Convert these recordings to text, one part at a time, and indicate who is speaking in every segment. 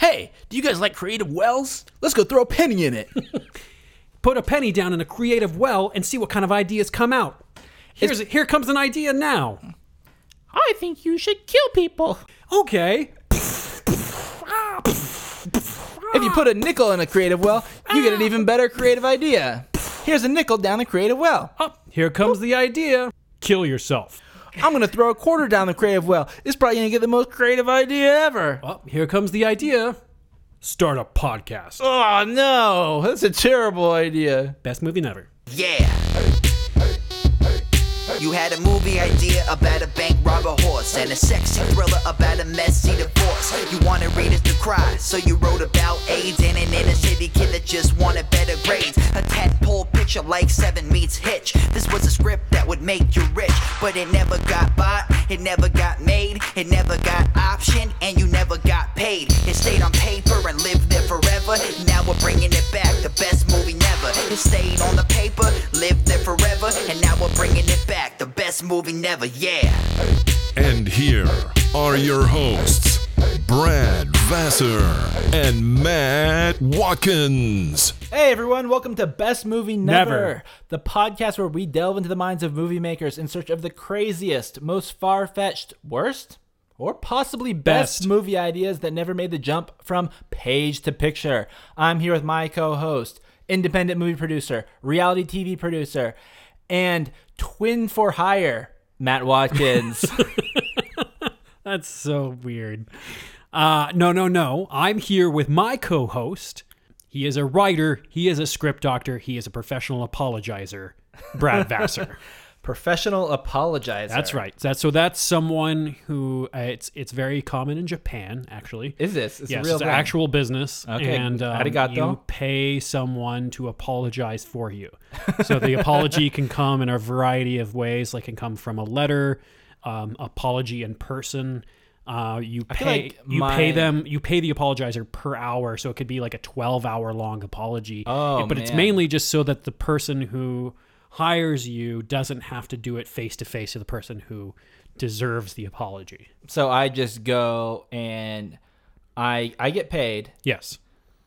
Speaker 1: hey, do you guys like creative wells? Let's go throw a penny in it.
Speaker 2: Put a penny down in a creative well and see what kind of ideas come out. Here's, here comes an idea now.
Speaker 1: I think you should kill people.
Speaker 2: Okay.
Speaker 3: If you put a nickel in a creative well, you get an even better creative idea. Here's a nickel down the creative well.
Speaker 2: Up. Here comes the idea. Kill yourself.
Speaker 3: I'm gonna throw a quarter down the creative well. It's probably gonna get the most creative idea ever.
Speaker 2: Up. Here comes the idea. Start a podcast.
Speaker 3: Oh no, that's a terrible idea.
Speaker 2: Best movie never.
Speaker 4: Yeah. You had a movie idea about a bank robber horse and a sexy thriller about a messy divorce. You wanted readers to cry, so you wrote about AIDS and an inner city kid that just wanted better grades. A tadpole picture like Seven Meets Hitch. This was a script that would make you rich, but it never got bought, it never got made, it never got optioned, and you never got paid. It stayed on paper and lived there forever. Now we're bringing it back, the best movie never. It stayed on the paper, lived there forever, and now we're bringing it back, the best movie never. Yeah.
Speaker 5: And here are your hosts, Brad Vassar and Matt Watkins.
Speaker 3: Hey everyone, welcome to Best Movie Never,
Speaker 2: Never.
Speaker 3: the podcast where we delve into the minds of movie makers in search of the craziest, most far fetched, worst, or possibly best,
Speaker 2: Best.
Speaker 3: movie ideas that never made the jump from page to picture. I'm here with my co host, independent movie producer, reality TV producer, and twin for hire, Matt Watkins.
Speaker 2: That's so weird. Uh, no, no, no. I'm here with my co host. He is a writer, he is a script doctor, he is a professional apologizer, Brad Vassar.
Speaker 3: Professional apologizer.
Speaker 2: That's right. That's so that's someone who uh, it's it's very common in Japan actually.
Speaker 3: Is this? It's a
Speaker 2: yes,
Speaker 3: real
Speaker 2: it's
Speaker 3: thing.
Speaker 2: actual business.
Speaker 3: Okay,
Speaker 2: and um,
Speaker 3: arigato.
Speaker 2: you pay someone to apologize for you. So the apology can come in a variety of ways. Like it can come from a letter, um, apology in person. Uh, you pay
Speaker 3: feel like
Speaker 2: you pay
Speaker 3: my-
Speaker 2: them Um, you pay the apologizer per hour, so it could be like a twelve hour long apology.
Speaker 3: Oh,
Speaker 2: but it's
Speaker 3: man.
Speaker 2: mainly just so that the person who hires you doesn't have to do it face to face to the person who deserves the apology.
Speaker 3: So I just go and I I get paid.
Speaker 2: Yes,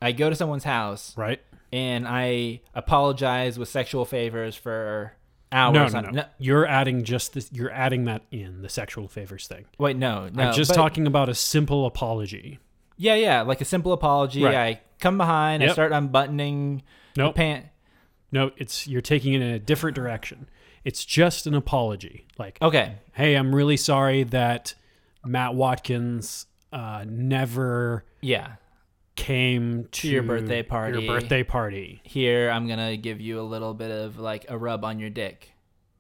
Speaker 3: I go to someone's house
Speaker 2: right.
Speaker 3: and I apologize with sexual favors for hours.
Speaker 2: No, no, no,
Speaker 3: on-
Speaker 2: You're adding just this. You're adding that in the sexual favors thing.
Speaker 3: Wait, no, no.
Speaker 2: I'm just
Speaker 3: Uh, but-
Speaker 2: talking about a simple apology.
Speaker 3: Yeah, yeah, like a simple apology.
Speaker 2: Right.
Speaker 3: I come behind. I
Speaker 2: Yep.
Speaker 3: start unbuttoning
Speaker 2: Nope.
Speaker 3: the pant.
Speaker 2: No, it's you're taking it in a different direction. It's just an apology. Like,
Speaker 3: Okay,
Speaker 2: hey, I'm really sorry that Matt Watkins uh, never
Speaker 3: yeah.
Speaker 2: came to
Speaker 3: your birthday party."
Speaker 2: Your birthday party.
Speaker 3: Here I'm gonna give you a little bit of like a rub on your dick.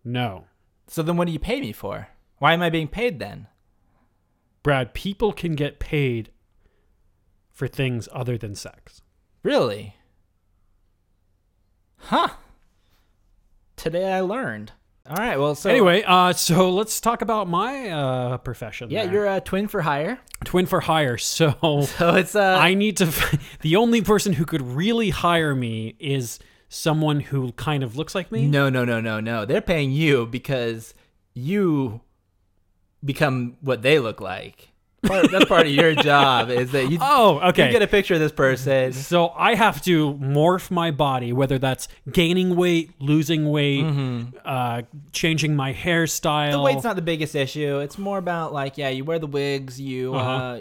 Speaker 2: No,
Speaker 3: So then, what do you pay me for? Why am I being paid then?
Speaker 2: Brad. People can get paid for things other than sex.
Speaker 3: Really? Huh. Today I learned. All right. Well, so
Speaker 2: anyway, uh, so let's talk about my uh, profession.
Speaker 3: yeah,
Speaker 2: there.
Speaker 3: you're a twin for hire.
Speaker 2: twin for hire. So
Speaker 3: So it's uh,
Speaker 2: I need to. f- The only person who could really hire me is someone who kind of looks like me.
Speaker 3: no, no, no, no, no. They're paying you because you become what they look like. Part, that's part of your job is that you,
Speaker 2: Oh, okay.
Speaker 3: you get a picture of this person.
Speaker 2: so I have to morph my body, whether that's gaining weight, losing weight, uh, changing my hairstyle.
Speaker 3: The weight's not the biggest issue. It's more about like, yeah, you wear the wigs, you
Speaker 2: Uh-huh.
Speaker 3: uh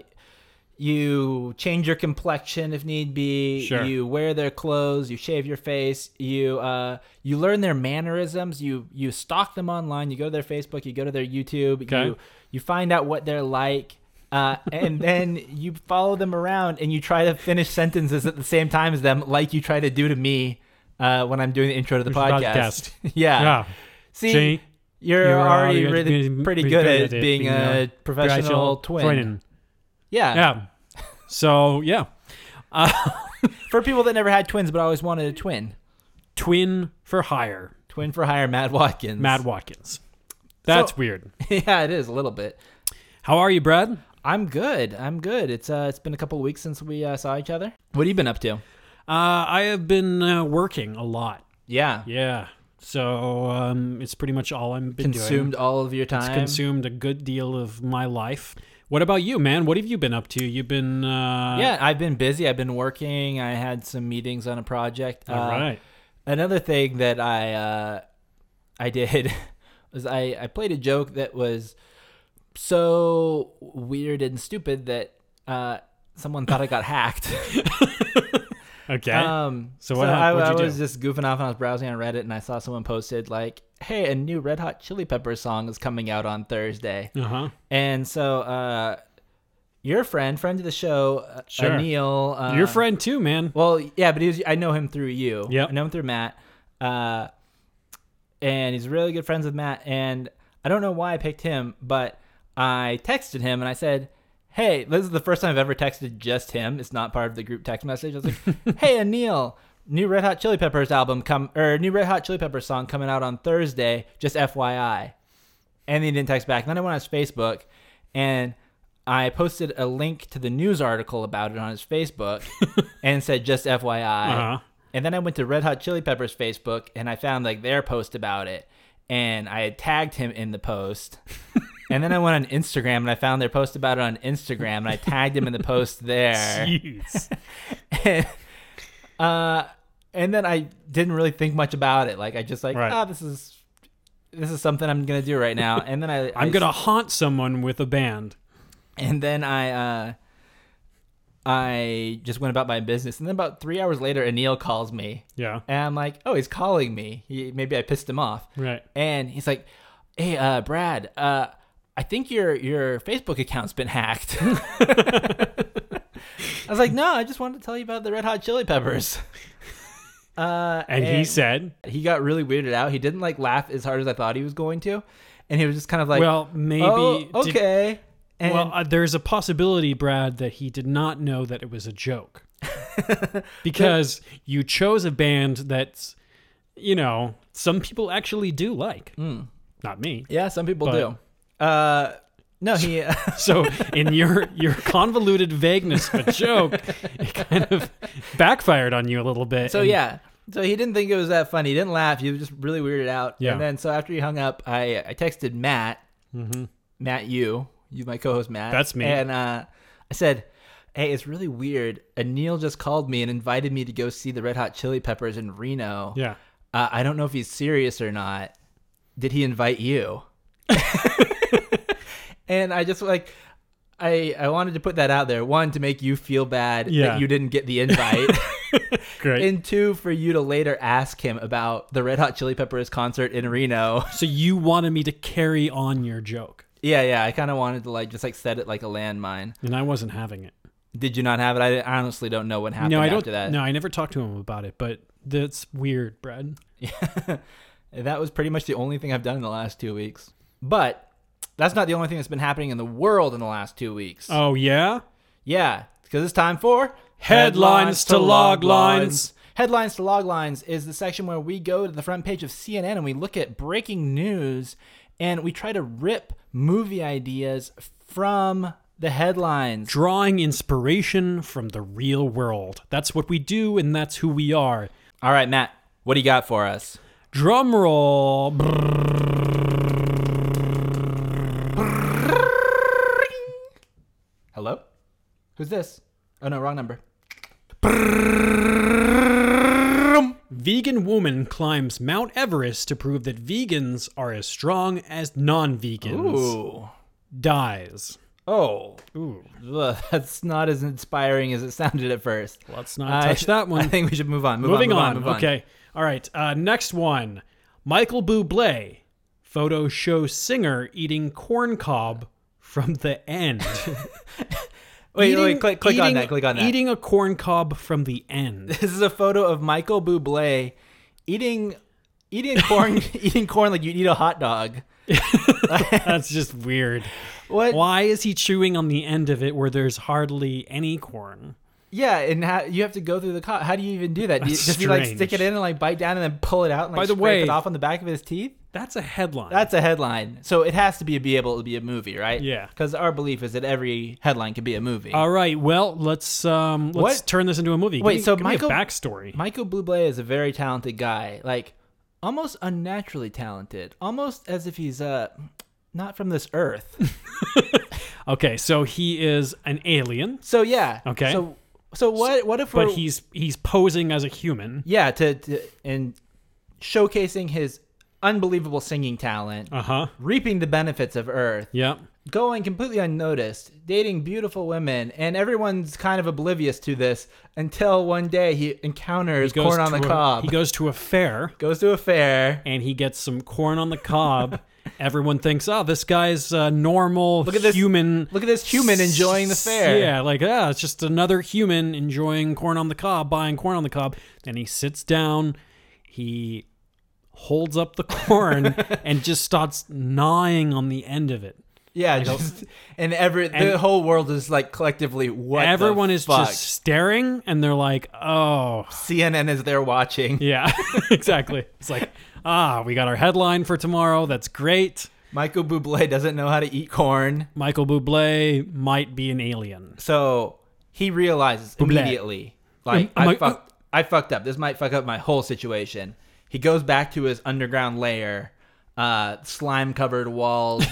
Speaker 3: you change your complexion if need be,
Speaker 2: Sure.
Speaker 3: you wear their clothes, you shave your face, you uh you learn their mannerisms, you you stalk them online, you go to their Facebook, you go to their YouTube,
Speaker 2: Okay.
Speaker 3: you you find out what they're like. Uh, and then you follow them around and you try to finish sentences at the same time as them, like you try to do to me uh, when I'm doing the intro to the podcast.
Speaker 2: Podcast.
Speaker 3: yeah.
Speaker 2: Yeah.
Speaker 3: See,
Speaker 2: See?
Speaker 3: you're,
Speaker 2: You're
Speaker 3: already
Speaker 2: already
Speaker 3: really
Speaker 2: being-
Speaker 3: pretty
Speaker 2: being
Speaker 3: good
Speaker 2: good
Speaker 3: at
Speaker 2: at it,
Speaker 3: being
Speaker 2: being
Speaker 3: a
Speaker 2: a
Speaker 3: professional twin. Yeah.
Speaker 2: Yeah. So yeah,
Speaker 3: For people that never had twins but always wanted a twin.
Speaker 2: twin for hire,
Speaker 3: Twin for hire, Matt Watkins.
Speaker 2: Mad Watkins. That's
Speaker 3: So-
Speaker 2: weird.
Speaker 3: yeah, it is a little bit.
Speaker 2: How are you, Brad?
Speaker 3: I'm good. I'm good. It's uh, it's been a couple of weeks since we uh, saw each other. What have you been up to?
Speaker 2: Uh, I have been uh, working a lot.
Speaker 3: Yeah.
Speaker 2: Yeah. So um, it's pretty much all I've been doing.
Speaker 3: Consumed all of your time.
Speaker 2: It's consumed a good deal of my life, What about you, man? What have you been up to? You've been uh,
Speaker 3: yeah, I've been busy. I've been working. I had some meetings on a project. Uh,
Speaker 2: All right.
Speaker 3: Another thing that I uh, I did was I, I played a joke that was so weird and stupid that uh, someone thought I got hacked.
Speaker 2: Okay.
Speaker 3: Um,
Speaker 2: So what hap-
Speaker 3: I,
Speaker 2: what'd
Speaker 3: I
Speaker 2: you do?
Speaker 3: was just goofing off and I was browsing on Reddit and I saw someone posted like, "Hey, a new Red Hot Chili Peppers song is coming out on Thursday,"
Speaker 2: uh huh.
Speaker 3: and so uh, your friend, friend of the show, uh,
Speaker 2: Sure.
Speaker 3: Neil, uh,
Speaker 2: Your friend too, man.
Speaker 3: Well, yeah, but he was, I know him through you.
Speaker 2: Yep.
Speaker 3: I know him through Matt, uh, and he's really good friends with Matt. And I don't know why I picked him, but I texted him and I said. Hey, this is the first time I've ever texted just him. It's not part of the group text message. I was like, "Hey, Anil, new Red Hot Chili Peppers album come or new Red Hot Chili Peppers song coming out on Thursday. Just FYI." and he didn't text back. And then I went on his Facebook, and I posted a link to the news article about it on his Facebook, and said just FYI.
Speaker 2: Uh-huh.
Speaker 3: And then I went to Red Hot Chili Peppers Facebook, and I found like their post about it, and I had tagged him in the post. and then I went on Instagram, and I found their post about it on Instagram, and I tagged him in the post there.
Speaker 2: Jeez.
Speaker 3: And, uh, and then I didn't really think much about it. Like I just like,
Speaker 2: Right.
Speaker 3: ah, this is this is something I'm gonna do right now. And then I,
Speaker 2: I'm
Speaker 3: I-
Speaker 2: gonna haunt someone with a band.
Speaker 3: and then I uh, I just went about my business. And then about three hours later, Anil calls me.
Speaker 2: Yeah.
Speaker 3: And I'm like, oh, he's calling me. He, maybe I pissed him off.
Speaker 2: Right.
Speaker 3: And he's like, hey, uh, Brad, uh, I think your your Facebook account's been hacked. I was like, no, I just wanted to tell you about the Red Hot Chili Peppers. Uh,
Speaker 2: And he said,
Speaker 3: he got really weirded out. He didn't like laugh as hard as I thought he was going to, and he was just kind of like,
Speaker 2: "Well, maybe."
Speaker 3: "Oh,
Speaker 2: did-
Speaker 3: okay." and
Speaker 2: well, uh, there's a possibility, Brad, that he did not know that it was a joke, because you chose a band that's, you know, some people actually do like.
Speaker 3: Hmm.
Speaker 2: Not me.
Speaker 3: Yeah, some people
Speaker 2: But-
Speaker 3: do. Uh, no, he.
Speaker 2: So in your your convoluted vagueness of a joke, it kind of backfired on you a little bit.
Speaker 3: so
Speaker 2: and-
Speaker 3: yeah, so he didn't think it was that funny. He didn't laugh. He was just really weirded out.
Speaker 2: Yeah.
Speaker 3: And then so after he hung up, I I texted Matt, Matt, you, you, my co-host Matt.
Speaker 2: Mm-hmm. That's me.
Speaker 3: And uh, I said, "Hey, it's really weird. Anil just called me and invited me to go see the Red Hot Chili Peppers in Reno.
Speaker 2: yeah.
Speaker 3: Uh, I don't know if he's serious or not. Did he invite you? and I just like, I I wanted to put that out there. One to make you feel bad
Speaker 2: Yeah.
Speaker 3: that you didn't get the invite,
Speaker 2: Great.
Speaker 3: and two for you to later ask him about the Red Hot Chili Peppers concert in Reno.
Speaker 2: so you wanted me to carry on your joke,
Speaker 3: yeah, yeah. I kind of wanted to like just like set it like a landmine.
Speaker 2: and I wasn't having it.
Speaker 3: Did you not have it? I honestly don't know what happened
Speaker 2: No, I
Speaker 3: after
Speaker 2: don't.
Speaker 3: that.
Speaker 2: No, I never talked to him about it, but that's weird, Brad.
Speaker 3: That was pretty much the only thing I've done in the last two weeks. But that's not the only thing that's been happening in the world in the last two weeks.
Speaker 2: Oh yeah.
Speaker 3: Yeah, because it's time for
Speaker 2: Headlines to Log Lines.
Speaker 3: Headlines to log lines is the section where we go to the front page of CNN and we look at breaking news and we try to rip movie ideas from the headlines.
Speaker 2: Drawing inspiration from the real world. That's what we do, and that's who we are.
Speaker 3: All right, Matt, what do you got for us?
Speaker 2: Drum roll.
Speaker 3: Hello? Who's this? Oh no, wrong number.
Speaker 2: Vegan woman climbs Mount Everest to prove that vegans are as strong as non vegans.
Speaker 3: Ooh.
Speaker 2: Dies.
Speaker 3: Oh.
Speaker 2: Ooh.
Speaker 3: Ugh, that's not as inspiring as it sounded at first.
Speaker 2: Let's not touch that one.
Speaker 3: I think we should move on. Move
Speaker 2: Moving
Speaker 3: on, move
Speaker 2: on.
Speaker 3: on, move on.
Speaker 2: Okay. All right. Uh, next one. Michael Bublé. Photos show singer eating corn cob from the end.
Speaker 3: Wait,
Speaker 2: Eating-
Speaker 3: wait, click, click on
Speaker 2: eating-
Speaker 3: that. Click on that.
Speaker 2: Eating a corn cob from the end.
Speaker 3: This is a photo of Michael Bublé eating eating corn eating corn like you eat a hot dog.
Speaker 2: That's just weird.
Speaker 3: What?
Speaker 2: Why is he chewing on the end of it where there's hardly any corn?
Speaker 3: Yeah, and how, you have to go through the co How do you even do that? Do you,
Speaker 2: That's
Speaker 3: just you like
Speaker 2: strange.
Speaker 3: stick it in and like bite down and then pull it out and like
Speaker 2: By the
Speaker 3: scrape
Speaker 2: way-
Speaker 3: it off on the back of his teeth?
Speaker 2: That's a headline.
Speaker 3: That's a headline. So it has to be be able to be a movie, right?
Speaker 2: Yeah.
Speaker 3: Because our belief is that every headline could be a movie.
Speaker 2: All right. Well, let's um let's
Speaker 3: What?
Speaker 2: turn this into a movie.
Speaker 3: Wait,
Speaker 2: Give me-
Speaker 3: so
Speaker 2: give
Speaker 3: Michael-
Speaker 2: me a backstory.
Speaker 3: Michael Bublé is a very talented guy, like almost unnaturally talented, almost as if he's uh Not from this earth.
Speaker 2: Okay, so he is an alien,
Speaker 3: So yeah.
Speaker 2: Okay.
Speaker 3: So so what what if
Speaker 2: but
Speaker 3: we're
Speaker 2: he's he's posing as a human.
Speaker 3: yeah to, to and showcasing his unbelievable singing talent,
Speaker 2: Uh huh.
Speaker 3: reaping the benefits of Earth,
Speaker 2: Yeah.
Speaker 3: going completely unnoticed, dating beautiful women, and everyone's kind of oblivious to this until one day he encounters corn on
Speaker 2: to
Speaker 3: the
Speaker 2: a-
Speaker 3: cob.
Speaker 2: He goes to a fair
Speaker 3: goes to a fair.
Speaker 2: and he gets some corn on the cob. Everyone thinks, oh, this guy's uh, normal
Speaker 3: at this-
Speaker 2: human.
Speaker 3: Look at this human enjoying the fair.
Speaker 2: Yeah, like, ah, it's just another human enjoying corn on the cob, buying corn on the cob. Then he sits down, he holds up the corn and just starts gnawing on the end of it.
Speaker 3: Yeah, just, and every the
Speaker 2: and-
Speaker 3: whole world is like collectively what the
Speaker 2: Everyone is
Speaker 3: fuck?
Speaker 2: just staring and they're like, oh,
Speaker 3: CNN is there watching.
Speaker 2: yeah, exactly. It's like, ah, we got our headline for tomorrow. That's great.
Speaker 3: Michael Bublé doesn't know how to eat corn,
Speaker 2: Michael Bublé might be an alien.
Speaker 3: so he realizes immediately, like
Speaker 2: Mm, I'm
Speaker 3: I
Speaker 2: like, uh,
Speaker 3: fucked, I fucked up. This might fuck up my whole situation. He goes back to his underground lair, uh, slime-covered walls,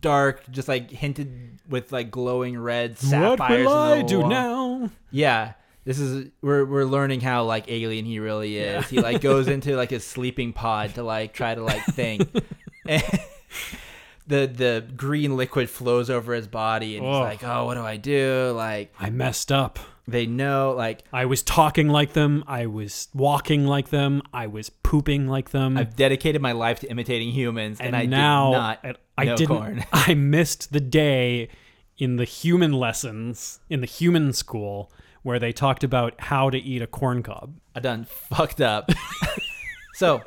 Speaker 3: dark, just like hinted with like glowing red sapphires.
Speaker 2: what will
Speaker 3: in
Speaker 2: I
Speaker 3: the
Speaker 2: do
Speaker 3: wall.
Speaker 2: now?
Speaker 3: Yeah. This is we're we're learning how like alien he really is. He like goes into like his sleeping pod to like try to like think. and the the green liquid flows over his body and he's
Speaker 2: Ugh.
Speaker 3: like, "Oh, what do I do?" Like
Speaker 2: I messed up.
Speaker 3: they know like
Speaker 2: I was talking like them. I was walking like them. I was pooping like them.
Speaker 3: I've dedicated my life to imitating humans and,
Speaker 2: and
Speaker 3: I
Speaker 2: now
Speaker 3: did not
Speaker 2: and I
Speaker 3: know
Speaker 2: didn't.
Speaker 3: corn.
Speaker 2: I missed the day in the human lessons in the human school where they talked about how to eat a corn cob.
Speaker 3: I done fucked up. so,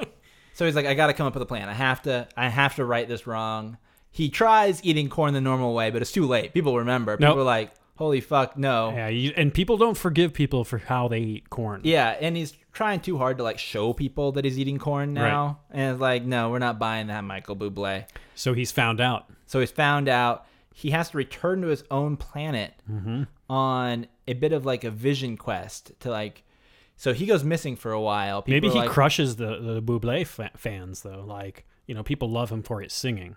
Speaker 3: so he's like, I gotta come up with a plan. I have to, I have to right this wrong. He tries eating corn the normal way, but it's too late. People remember. People
Speaker 2: Nope.
Speaker 3: are like, holy fuck, no. Yeah.
Speaker 2: Yeah, you, and people don't forgive people for how they eat corn.
Speaker 3: and he's trying too hard to like show people that he's eating corn
Speaker 2: Right.
Speaker 3: now. And it's like, no, we're not buying that, Michael Bublé.
Speaker 2: So he's found out.
Speaker 3: So he's found out he has to return to his own planet
Speaker 2: Mm-hmm.
Speaker 3: on a bit of like a vision quest to like. So he goes missing for a while. People
Speaker 2: Maybe
Speaker 3: are
Speaker 2: he
Speaker 3: like,
Speaker 2: crushes the the Buble fa- fans though. Like you know, people love him for his singing.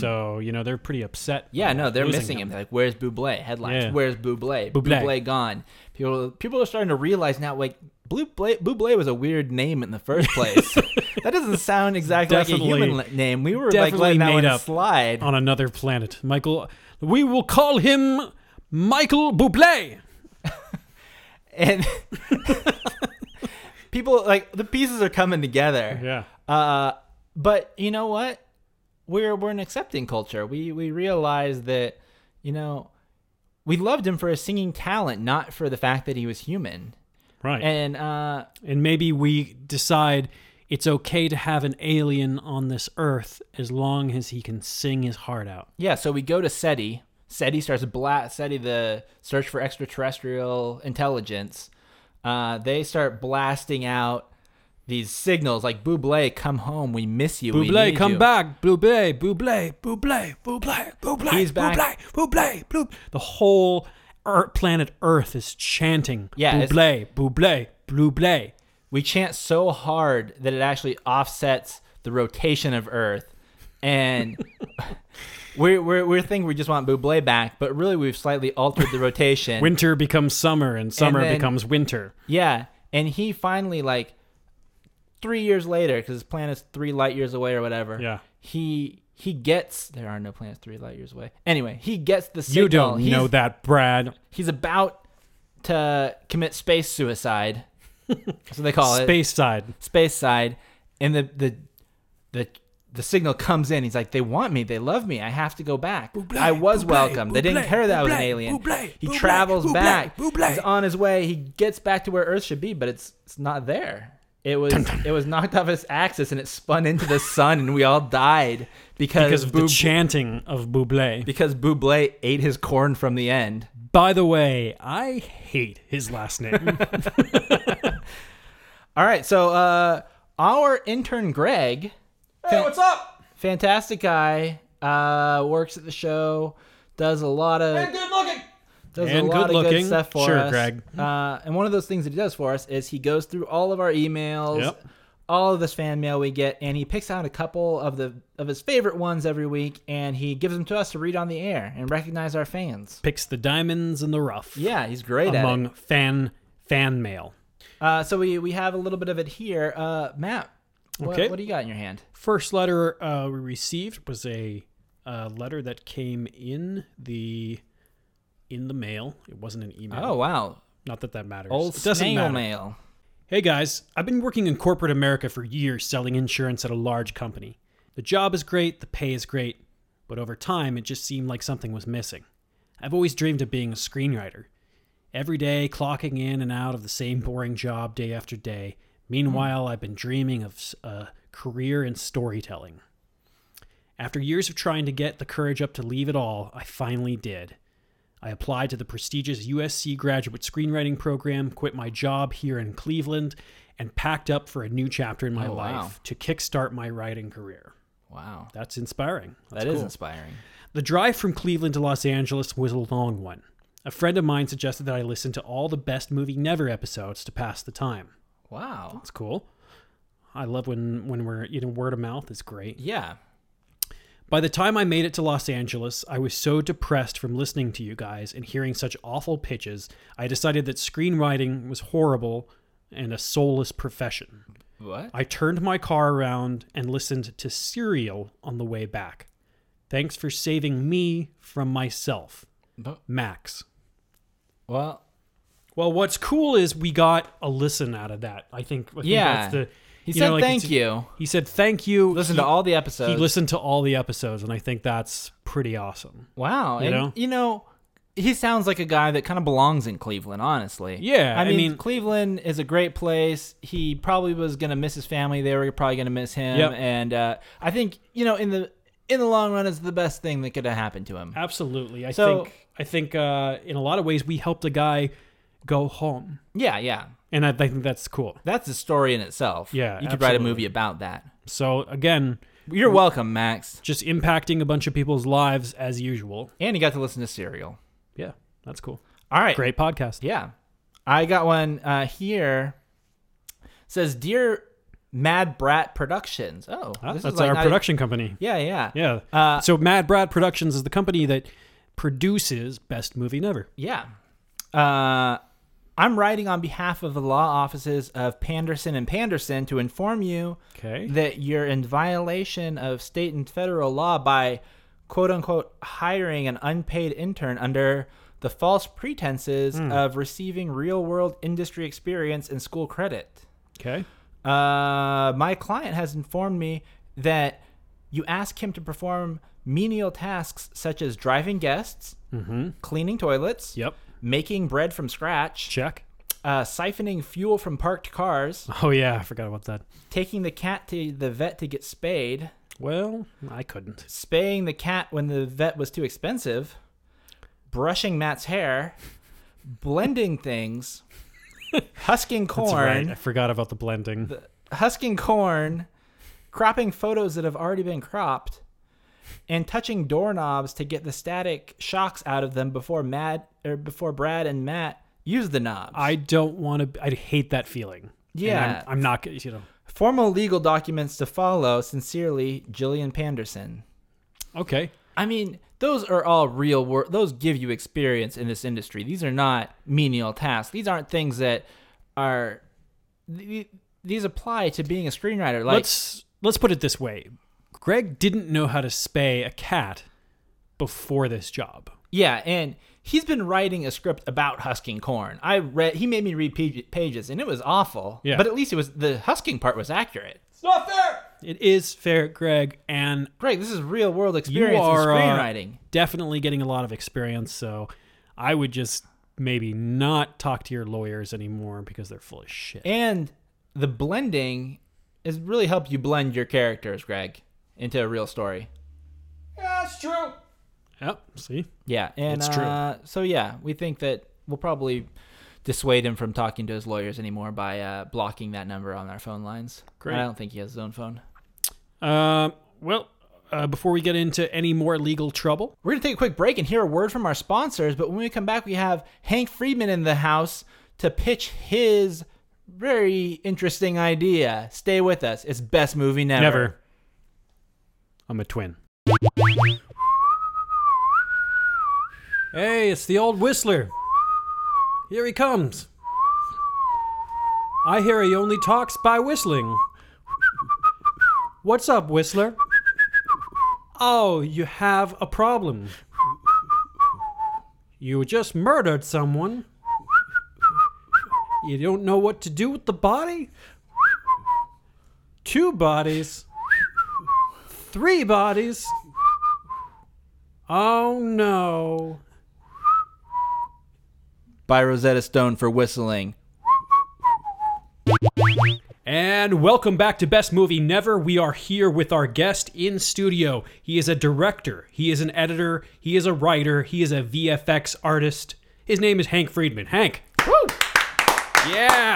Speaker 2: So you know they're pretty upset.
Speaker 3: Mm. Yeah, no, they're
Speaker 2: losing
Speaker 3: missing him. They're like, where's Buble? Headlines.
Speaker 2: Yeah.
Speaker 3: Where's Buble?
Speaker 2: Buble.
Speaker 3: gone. People, people are starting to realize now, like, Buble, Buble was a weird name in the first place. that doesn't sound exactly like a
Speaker 2: Definitely-
Speaker 3: human la- name. We were like
Speaker 2: definitely
Speaker 3: letting that
Speaker 2: made
Speaker 3: one
Speaker 2: up Uh-huh.
Speaker 3: slide.
Speaker 2: on another planet. Michael, we will call him Michael Buble.
Speaker 3: and people, like, the pieces are coming together.
Speaker 2: Yeah.
Speaker 3: Uh, but you know what? We're we're an accepting culture. We we realize that you know we loved him for his singing talent, not for the fact that he was human.
Speaker 2: Right. And,
Speaker 3: And uh,
Speaker 2: maybe we decide it's okay to have an alien on this earth as long as he can sing his heart out.
Speaker 3: yeah, so we go to SETI. SETI starts blast SETI, the Search for Extraterrestrial Intelligence. Uh, they start blasting out these signals like "Buble, come home, we miss you." we
Speaker 2: Buble,
Speaker 3: need
Speaker 2: come
Speaker 3: you."
Speaker 2: back. Buble, Buble, Buble, Buble, Buble.
Speaker 3: He's back.
Speaker 2: Buble, Buble, Buble. The whole Ear- planet Earth is chanting.
Speaker 3: Yeah, it's-
Speaker 2: Buble, Buble, Buble.
Speaker 3: we chant so hard that it actually offsets the rotation of Earth, and we're we're we're thinking we just want Buble back, but really we've slightly altered the rotation.
Speaker 2: Winter becomes summer, and summer
Speaker 3: then-
Speaker 2: becomes winter.
Speaker 3: yeah, and he finally like three years later, because his planet's three light years away or whatever.
Speaker 2: Yeah.
Speaker 3: he he gets there are no planets three light years away. Anyway, he gets the signal.
Speaker 2: You don't
Speaker 3: he's,
Speaker 2: know that, Brad.
Speaker 3: he's about to commit space suicide. That's what they call it.
Speaker 2: Space side.
Speaker 3: space side, and the the the the signal comes in. He's like, "They want me. They love me. I have to go back. I was welcome. they didn't care that I was an alien." he travels back. He's on his way. He gets back to where Earth should be, but it's it's not there. It was it was knocked off its axis and it spun into the sun, and we all died because
Speaker 2: Because of the
Speaker 3: Bub-
Speaker 2: chanting of Buble.
Speaker 3: because Buble ate his corn from the end.
Speaker 2: By the way, I hate his last name.
Speaker 3: All right, so uh, our intern Greg. Hey, what's up? Fantastic guy. Uh, works at the show. Does a lot of and good looking. Does
Speaker 2: And
Speaker 3: a lot of good
Speaker 2: good-looking.
Speaker 3: stuff for
Speaker 2: Sure,
Speaker 3: us.
Speaker 2: Greg.
Speaker 3: Uh, and one of those things that he does for us is he goes through all of our emails,
Speaker 2: Yep.
Speaker 3: all of this fan mail we get, and he picks out a couple of the of his favorite ones every week, and he gives them to us to read on the air and recognize our fans.
Speaker 2: Picks the diamonds in the rough.
Speaker 3: Yeah, he's great at
Speaker 2: Among
Speaker 3: it.
Speaker 2: fan fan mail.
Speaker 3: Uh, so we we have a little bit of it here. Uh, Matt, what,
Speaker 2: Okay.
Speaker 3: what do you got in your hand?
Speaker 2: First letter uh, we received was a uh, letter that came in the in the mail. It wasn't an email.
Speaker 3: Oh wow,
Speaker 2: not that that matters.
Speaker 3: old
Speaker 2: it doesn't
Speaker 3: snail
Speaker 2: matter.
Speaker 3: mail.
Speaker 2: Hey guys, I've been working in corporate America for years selling insurance at a large company. The job is great, the pay is great, but over time it just seemed like something was missing. I've always dreamed of being a screenwriter. Every day, clocking in and out of the same boring job day after day. Meanwhile, I've been dreaming of s- a career in storytelling. After years of trying to get the courage up to leave it all, I finally did. I applied to the prestigious USC graduate screenwriting program, quit my job here in Cleveland, and packed up for a new chapter in my
Speaker 3: Oh,
Speaker 2: life
Speaker 3: wow.
Speaker 2: to kickstart my writing career.
Speaker 3: Wow,
Speaker 2: That's inspiring. That's
Speaker 3: That's
Speaker 2: cool.
Speaker 3: inspiring.
Speaker 2: The drive from Cleveland to Los Angeles was a long one. A friend of mine suggested that I listen to all the best movie never episodes to pass the time.
Speaker 3: Wow.
Speaker 2: That's cool. I love when when we're you know word of mouth is great.
Speaker 3: Yeah.
Speaker 2: By the time I made it to Los Angeles, I was so depressed from listening to you guys and hearing such awful pitches, I decided that screenwriting was horrible and a soulless profession.
Speaker 3: What?
Speaker 2: I turned my car around and listened to Serial on the way back. Thanks for saving me from myself,
Speaker 3: But-
Speaker 2: Max.
Speaker 3: well,
Speaker 2: Well, what's cool is we got a listen out of that. I think. I think
Speaker 3: Yeah.
Speaker 2: that's the,
Speaker 3: he
Speaker 2: you
Speaker 3: said
Speaker 2: know, like,
Speaker 3: thank
Speaker 2: it's-
Speaker 3: you.
Speaker 2: He said thank you.
Speaker 3: Listen
Speaker 2: He-
Speaker 3: to all the episodes.
Speaker 2: He listened to all the episodes, and I think that's pretty awesome.
Speaker 3: Wow.
Speaker 2: You
Speaker 3: and,
Speaker 2: know?
Speaker 3: you know, he sounds like a guy that kind of belongs in Cleveland, honestly.
Speaker 2: Yeah,
Speaker 3: I
Speaker 2: I
Speaker 3: mean,
Speaker 2: mean-
Speaker 3: Cleveland is a great place. He probably was going to miss his family. They were probably going to miss him.
Speaker 2: Yep.
Speaker 3: And uh, I think, you know, in the in the long run, it's the best thing that could have happened to
Speaker 2: Uh,
Speaker 3: him.
Speaker 2: Absolutely. I
Speaker 3: So-
Speaker 2: think I think uh, in a lot of ways we helped a guy go home,
Speaker 3: Yeah, yeah.
Speaker 2: and I, I think that's cool.
Speaker 3: That's a story in itself.
Speaker 2: Yeah,
Speaker 3: You could write a
Speaker 2: absolutely.
Speaker 3: movie about that.
Speaker 2: So again,
Speaker 3: You're welcome, Max.
Speaker 2: just impacting a bunch of people's lives as usual.
Speaker 3: And you got to listen to Serial.
Speaker 2: Yeah, that's cool.
Speaker 3: All right.
Speaker 2: Great podcast.
Speaker 3: Yeah. I got one uh, here. says, Dear Mad Brat Productions. Oh,
Speaker 2: Ah,
Speaker 3: this is
Speaker 2: that's
Speaker 3: like
Speaker 2: our
Speaker 3: not-
Speaker 2: production company.
Speaker 3: Yeah, yeah.
Speaker 2: Yeah.
Speaker 3: Uh,
Speaker 2: so Mad Brad Productions is the company that produces Best Movie Never.
Speaker 3: Yeah. Uh, I'm writing on behalf of the law offices of Panderson and Panderson to inform you
Speaker 2: Okay.
Speaker 3: that you're in violation of state and federal law by quote unquote hiring an unpaid intern under the false pretenses
Speaker 2: Hmm.
Speaker 3: of receiving real world industry experience and school credit.
Speaker 2: Okay.
Speaker 3: Uh, my client has informed me that you ask him to perform menial tasks such as driving guests, cleaning toilets,
Speaker 2: Mm-hmm. Yep.
Speaker 3: making bread from scratch,
Speaker 2: Check.
Speaker 3: uh, siphoning fuel from parked cars,
Speaker 2: Oh yeah, I forgot about that.
Speaker 3: taking the cat to the vet to get spayed,
Speaker 2: Well, I couldn't.
Speaker 3: spaying the cat when the vet was too expensive, brushing Matt's hair, blending things, husking corn.
Speaker 2: That's right. I forgot about the blending.
Speaker 3: husking corn, cropping photos that have already been cropped, and touching doorknobs to get the static shocks out of them before Matt or before Brad and Matt use the knobs.
Speaker 2: I don't want to. I hate that feeling. And
Speaker 3: Yeah.
Speaker 2: I'm, I'm not. You know.
Speaker 3: Formal legal documents to follow. Sincerely, Jillian Panderson.
Speaker 2: Okay.
Speaker 3: I mean, those are all real work. Those give you experience in this industry. These are not menial tasks. These aren't things that are. th- These apply to being a screenwriter. Like,
Speaker 2: let's let's put it this way. Greg didn't know how to spay a cat before this job.
Speaker 3: Yeah, and he's been writing a script about husking corn. I read he made me read page- pages and it was awful.
Speaker 2: Yeah.
Speaker 3: But at least it was the husking part was accurate.
Speaker 2: It is fair, Greg, and
Speaker 3: Greg, this is real world
Speaker 2: you
Speaker 3: experience
Speaker 2: are
Speaker 3: in
Speaker 2: uh,
Speaker 3: screenwriting.
Speaker 2: definitely getting a lot of experience. So I would just maybe not talk to your lawyers anymore because they're full of shit.
Speaker 3: and the blending has really helped you blend your characters, Greg, into a real story.
Speaker 2: Yep. See,
Speaker 3: Yeah, and
Speaker 2: It's true.
Speaker 3: Uh, so yeah, we think that we'll probably dissuade him from talking to his lawyers anymore by uh, blocking that number on our phone lines.
Speaker 2: Great.
Speaker 3: I don't think he has his own phone.
Speaker 2: Um. well, uh, before we get into any more legal trouble,
Speaker 3: We're going to take a quick break and hear a word from our sponsors, but when we come back, we have Hank Friedman in the house to pitch his Very interesting idea. Stay with us. It's best movie never.
Speaker 2: Never. I'm a twin. Hey, it's the old whistler. Here he comes. I hear he only talks by whistling. What's up, whistler? Oh, you have a problem. You just murdered someone. You don't know what to do with the body? Two bodies three bodies. Oh no.
Speaker 3: By Rosetta Stone for whistling.
Speaker 2: And welcome back to Best Movie Never. We are here with our guest in studio. He is a director, he is an editor, he is a writer, he is a VFX artist. His name is Hank Friedman. Hank. Woo! Yeah.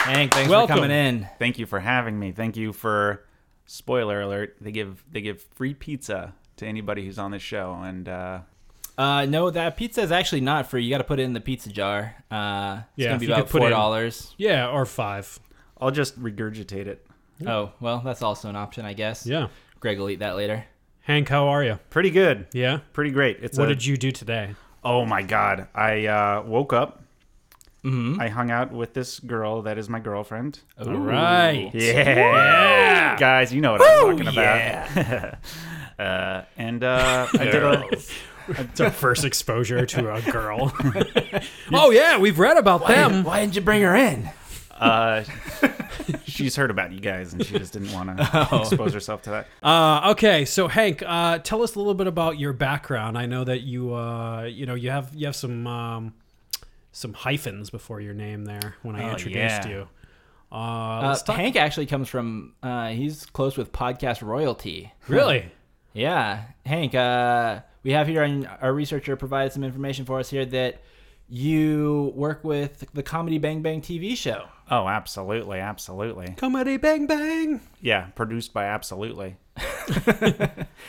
Speaker 3: Hank, thanks
Speaker 2: Welcome.
Speaker 3: for coming in.
Speaker 6: Thank you for having me. Thank you for spoiler alert. They give they give free pizza to anybody who's on this show, and uh,
Speaker 3: Uh, no, that pizza is actually not free. You got to put it in the pizza jar. Uh, it's
Speaker 2: Yeah,
Speaker 3: gonna
Speaker 2: if
Speaker 3: be
Speaker 2: you
Speaker 3: about
Speaker 2: could put
Speaker 3: four
Speaker 2: in-
Speaker 3: dollars.
Speaker 2: Yeah, or five.
Speaker 6: I'll just regurgitate it.
Speaker 3: Oh, well, that's also an option, I guess.
Speaker 2: Yeah.
Speaker 3: Greg will eat that later.
Speaker 2: Hank, how are you?
Speaker 6: Pretty good.
Speaker 2: Yeah.
Speaker 6: Pretty great. It's
Speaker 2: What
Speaker 6: a,
Speaker 2: did you do today?
Speaker 6: Oh my god! I uh, woke up.
Speaker 2: Mm-hmm.
Speaker 6: I hung out with this girl that is my girlfriend.
Speaker 2: All right.
Speaker 6: Yeah, guys, you know what I'm talking about. uh, and uh, I did a,
Speaker 2: It's our first exposure to a girl. oh yeah, we've read about them.
Speaker 3: Why didn't you bring her in?
Speaker 6: uh, she's heard about you guys, and she just didn't want to
Speaker 3: Oh.
Speaker 6: expose herself to that.
Speaker 2: Uh, okay, so Hank, uh, tell us a little bit about your background. I know that you, uh, you know, you have you have some um, some hyphens before your name there when I introduced
Speaker 6: Oh, yeah.
Speaker 2: you. Uh,
Speaker 3: Uh,
Speaker 2: let's talk-
Speaker 3: Hank actually comes from. Uh, he's close with podcast royalty.
Speaker 2: really?
Speaker 3: Yeah, Hank. Uh, we have here on our researcher provided some information for us here that you work with the comedy Bang Bang TV show.
Speaker 6: Oh, absolutely, absolutely.
Speaker 2: Comedy bang bang.
Speaker 6: Yeah, produced by Absolutely.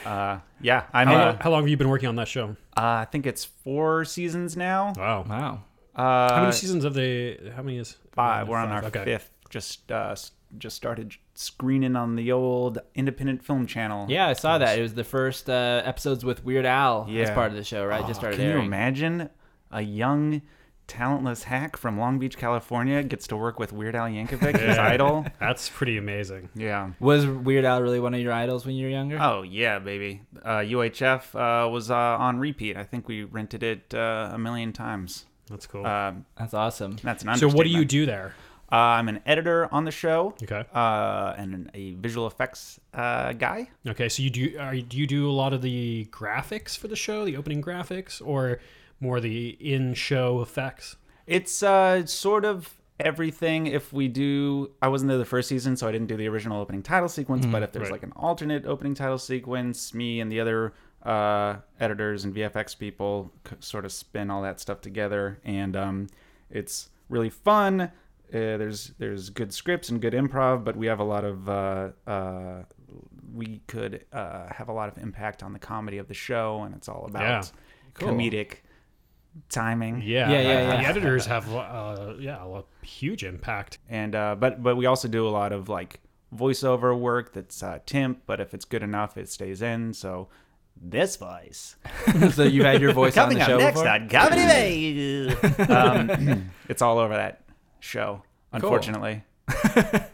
Speaker 6: uh, yeah, I'm.
Speaker 2: How,
Speaker 6: Uh,
Speaker 2: how long have you been working on that show?
Speaker 6: uh, I think it's four seasons now.
Speaker 3: Oh,
Speaker 2: Wow.
Speaker 3: Wow.
Speaker 6: Uh,
Speaker 2: How many seasons of the? How many is? uh,
Speaker 6: five. We're on our
Speaker 2: okay.
Speaker 6: fifth. Just uh, s- just started screening on the old independent film channel.
Speaker 3: Yeah, I saw that. It was the first uh, episodes with Weird Al as
Speaker 6: Yeah.
Speaker 3: part of the show, right? Just
Speaker 6: Oh,
Speaker 3: started
Speaker 6: Can you
Speaker 3: airing.
Speaker 6: imagine a young, talentless hack from Long Beach, California, gets to work with Weird Al Yankovic, his idol?
Speaker 2: That's pretty amazing.
Speaker 6: Yeah.
Speaker 3: Was Weird Al really one of your idols when you were younger?
Speaker 6: Oh yeah, baby. Uh, UHF uh, was uh, on repeat. I think we rented it uh, a million times.
Speaker 2: That's cool.
Speaker 6: Um,
Speaker 3: That's awesome.
Speaker 6: that's an
Speaker 2: so what do
Speaker 6: understatement.
Speaker 2: you do there?
Speaker 6: Uh, I'm an editor on the show.
Speaker 2: Okay.
Speaker 6: Uh, and a visual effects uh, guy.
Speaker 2: Okay, so you do are, do you do a lot of the graphics for the show, the opening graphics, or more the in-show effects?
Speaker 6: It's uh, sort of everything. If we do, I wasn't there the first season, so I didn't do the original opening title sequence. but if there's
Speaker 2: Mm-hmm. right.
Speaker 6: like an alternate opening title sequence, me and the other uh, editors and VFX people c- sort of spin all that stuff together, and um, it's really fun. Uh, there's there's good scripts and good improv, but we have a lot of uh, uh, we could uh, have a lot of impact on the comedy of the show, and it's all about
Speaker 2: Yeah.
Speaker 6: comedic timing.
Speaker 2: Yeah,
Speaker 3: Yeah, yeah,
Speaker 2: uh, The
Speaker 3: yeah.
Speaker 2: editors have, uh, yeah, a huge impact.
Speaker 6: and uh, but but we also do a lot of like voiceover work that's uh, temp, but if it's good enough, it stays in. So this voice
Speaker 3: so you've had your voice on
Speaker 6: coming
Speaker 3: the
Speaker 6: up
Speaker 3: show
Speaker 6: next
Speaker 3: before?
Speaker 6: on Comedy Bay. um, it's all over that show, unfortunately.
Speaker 3: And,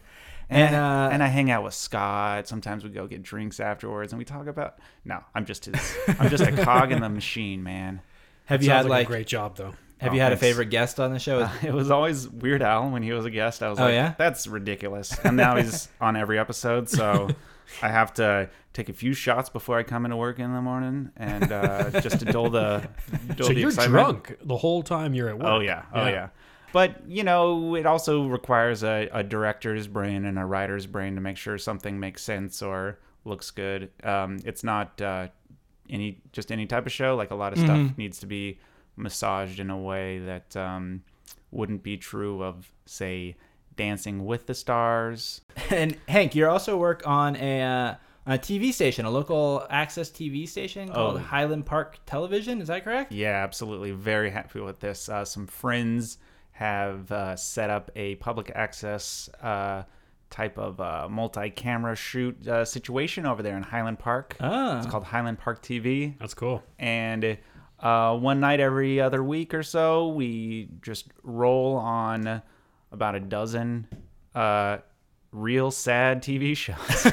Speaker 6: And,
Speaker 3: uh,
Speaker 6: and I hang out with Scott. Sometimes we go get drinks afterwards, and we talk about. No, I'm just his, I'm just a cog in the machine, man.
Speaker 3: Have you
Speaker 2: Sounds
Speaker 3: had
Speaker 2: like,
Speaker 3: like,
Speaker 2: a great job though.
Speaker 3: have
Speaker 6: Oh,
Speaker 3: you had a
Speaker 6: thanks.
Speaker 3: favorite guest on the show?
Speaker 6: It was always Weird Al when he was a guest. I was
Speaker 3: Oh,
Speaker 6: like,
Speaker 3: yeah?
Speaker 6: that's ridiculous. And now he's on every episode, so I have to take a few shots before I come into work in the morning, and uh, just to dull the. Dull
Speaker 2: So
Speaker 6: the
Speaker 2: you're
Speaker 6: excitement.
Speaker 2: drunk the whole time you're at work.
Speaker 6: Oh yeah, oh yeah. But you know, it also requires a, a director's brain and a writer's brain to make sure something makes sense or looks good. Um, it's not uh, any just any type of show. Like a lot of
Speaker 2: Mm-hmm.
Speaker 6: stuff needs to be massaged in a way that um, wouldn't be true of, say, Dancing with the Stars.
Speaker 3: And Hank, you also work on a uh, on a TV station, a local access TV station called
Speaker 6: Oh.
Speaker 3: Highland Park Television. Is that correct?
Speaker 6: Yeah, absolutely. Very happy with this. Uh, some friends have uh, set up a public access uh, type of uh, multi-camera shoot uh, situation over there in Highland Park.
Speaker 3: Ah.
Speaker 6: It's called Highland Park TV
Speaker 2: That's cool.
Speaker 6: and uh, one night every other week or so, we just roll on about a dozen uh, real sad TV shows,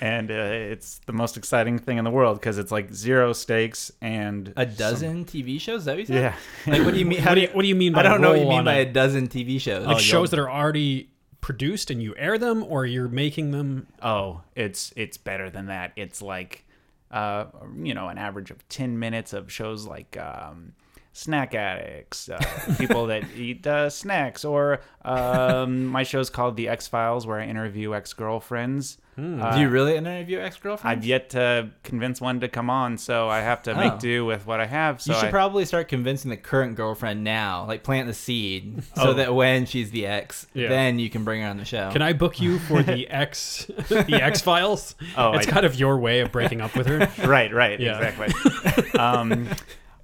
Speaker 6: and uh, it's the most exciting thing in the world because it's like zero stakes and
Speaker 3: A dozen TV shows? Is that what you said?
Speaker 6: yeah,
Speaker 3: Like, what do you mean? How
Speaker 2: What do you- what do you mean by
Speaker 3: I don't know what you
Speaker 2: roll
Speaker 3: mean
Speaker 2: on
Speaker 3: by
Speaker 2: a-
Speaker 3: a dozen TV shows.
Speaker 2: Like shows that are already produced and you air them, or you're making them.
Speaker 6: oh, it's it's better than that. It's like uh, you know an average of ten minutes of shows like. Um, Snack addicts, uh, people that eat uh, snacks, or um, my show's called The X Files, where I interview ex girlfriends.
Speaker 3: do you really interview ex girlfriends?
Speaker 6: I've yet to convince one to come on, so I have to
Speaker 3: Oh.
Speaker 6: make do with what I have. So
Speaker 3: you should
Speaker 6: I,
Speaker 3: probably start convincing the current girlfriend now, like plant the seed, so that when she's the ex,
Speaker 2: Yeah.
Speaker 3: then you Oh. can bring her on the show.
Speaker 2: Can I book you for the X, the X Files?
Speaker 6: Oh,
Speaker 2: it's
Speaker 6: I-
Speaker 2: kind of your way of breaking up with her.
Speaker 6: right, right,
Speaker 2: Yeah.
Speaker 6: exactly. um,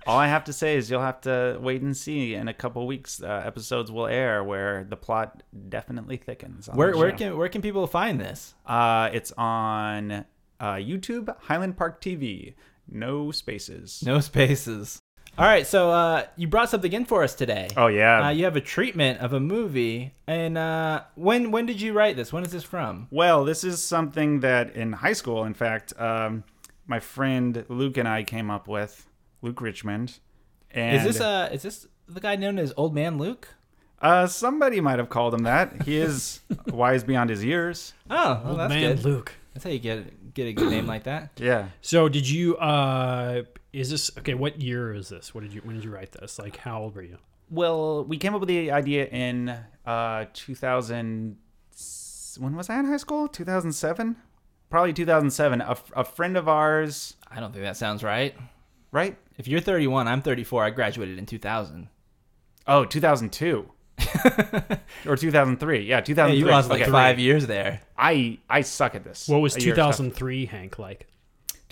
Speaker 6: all I have to say is you'll have to wait and see. In a couple weeks, uh, episodes will air where the plot definitely thickens. on
Speaker 3: Where
Speaker 6: the
Speaker 3: where
Speaker 6: show.
Speaker 3: can where can people find this?
Speaker 6: uh, it's on uh, YouTube Highland Park TV. No spaces.
Speaker 3: No spaces. All right, so uh, you brought something in for us today.
Speaker 6: Oh yeah.
Speaker 3: Uh, you have a treatment of a movie, and uh, when when did you write this? When is this from?
Speaker 6: Well, this is something that in high school, in fact, um, my friend Luke and I came up with. Luke Richmond. And
Speaker 3: Is this uh is this the guy known as Old Man Luke?
Speaker 6: uh, somebody might have called him that. He is wise beyond his years.
Speaker 3: Oh, well, that's
Speaker 2: Man,
Speaker 3: good.
Speaker 2: Luke.
Speaker 3: That's how you get get a good name like that.
Speaker 6: Yeah.
Speaker 2: So did you? uh Is this okay? What year is this? What did you? When did you write this? Like, how old were you?
Speaker 6: Well, we came up with the idea in uh, 2000. When was I in high school? 2007? Probably 2007. A, a friend of ours,
Speaker 3: I don't think that sounds right.
Speaker 6: right?
Speaker 3: If you're 31, I'm 34. I graduated in 2000.
Speaker 6: Oh, 2002. or 2003. Yeah, 2003.
Speaker 3: you lost like
Speaker 6: Okay.
Speaker 3: five years there.
Speaker 6: I, I suck at this.
Speaker 2: What was
Speaker 6: Your stuff.
Speaker 2: 2003 Hank like?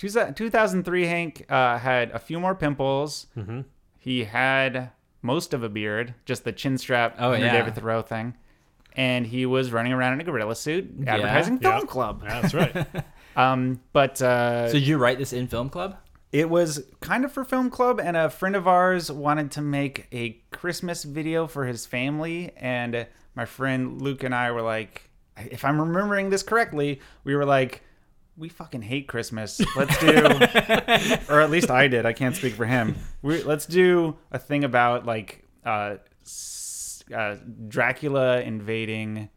Speaker 6: 2003 Hank uh, had a few more pimples.
Speaker 3: Mm-hmm.
Speaker 6: He had most of a beard, just the chin strap
Speaker 3: Oh,
Speaker 6: under
Speaker 3: yeah.
Speaker 6: David Thoreau thing. And he was running around in a gorilla suit advertising
Speaker 2: Yeah.
Speaker 6: Film Club.
Speaker 2: That's right.
Speaker 6: Um, but uh,
Speaker 3: So did you write this in film club?
Speaker 6: it was kind of for Film Club, and a friend of ours wanted to make a Christmas video for his family. And my friend Luke and I were like, if I'm remembering this correctly, we were like, we fucking hate Christmas. Let's do, or at least I did. I can't speak for him. We, let's do a thing about like uh, s- uh, Dracula invading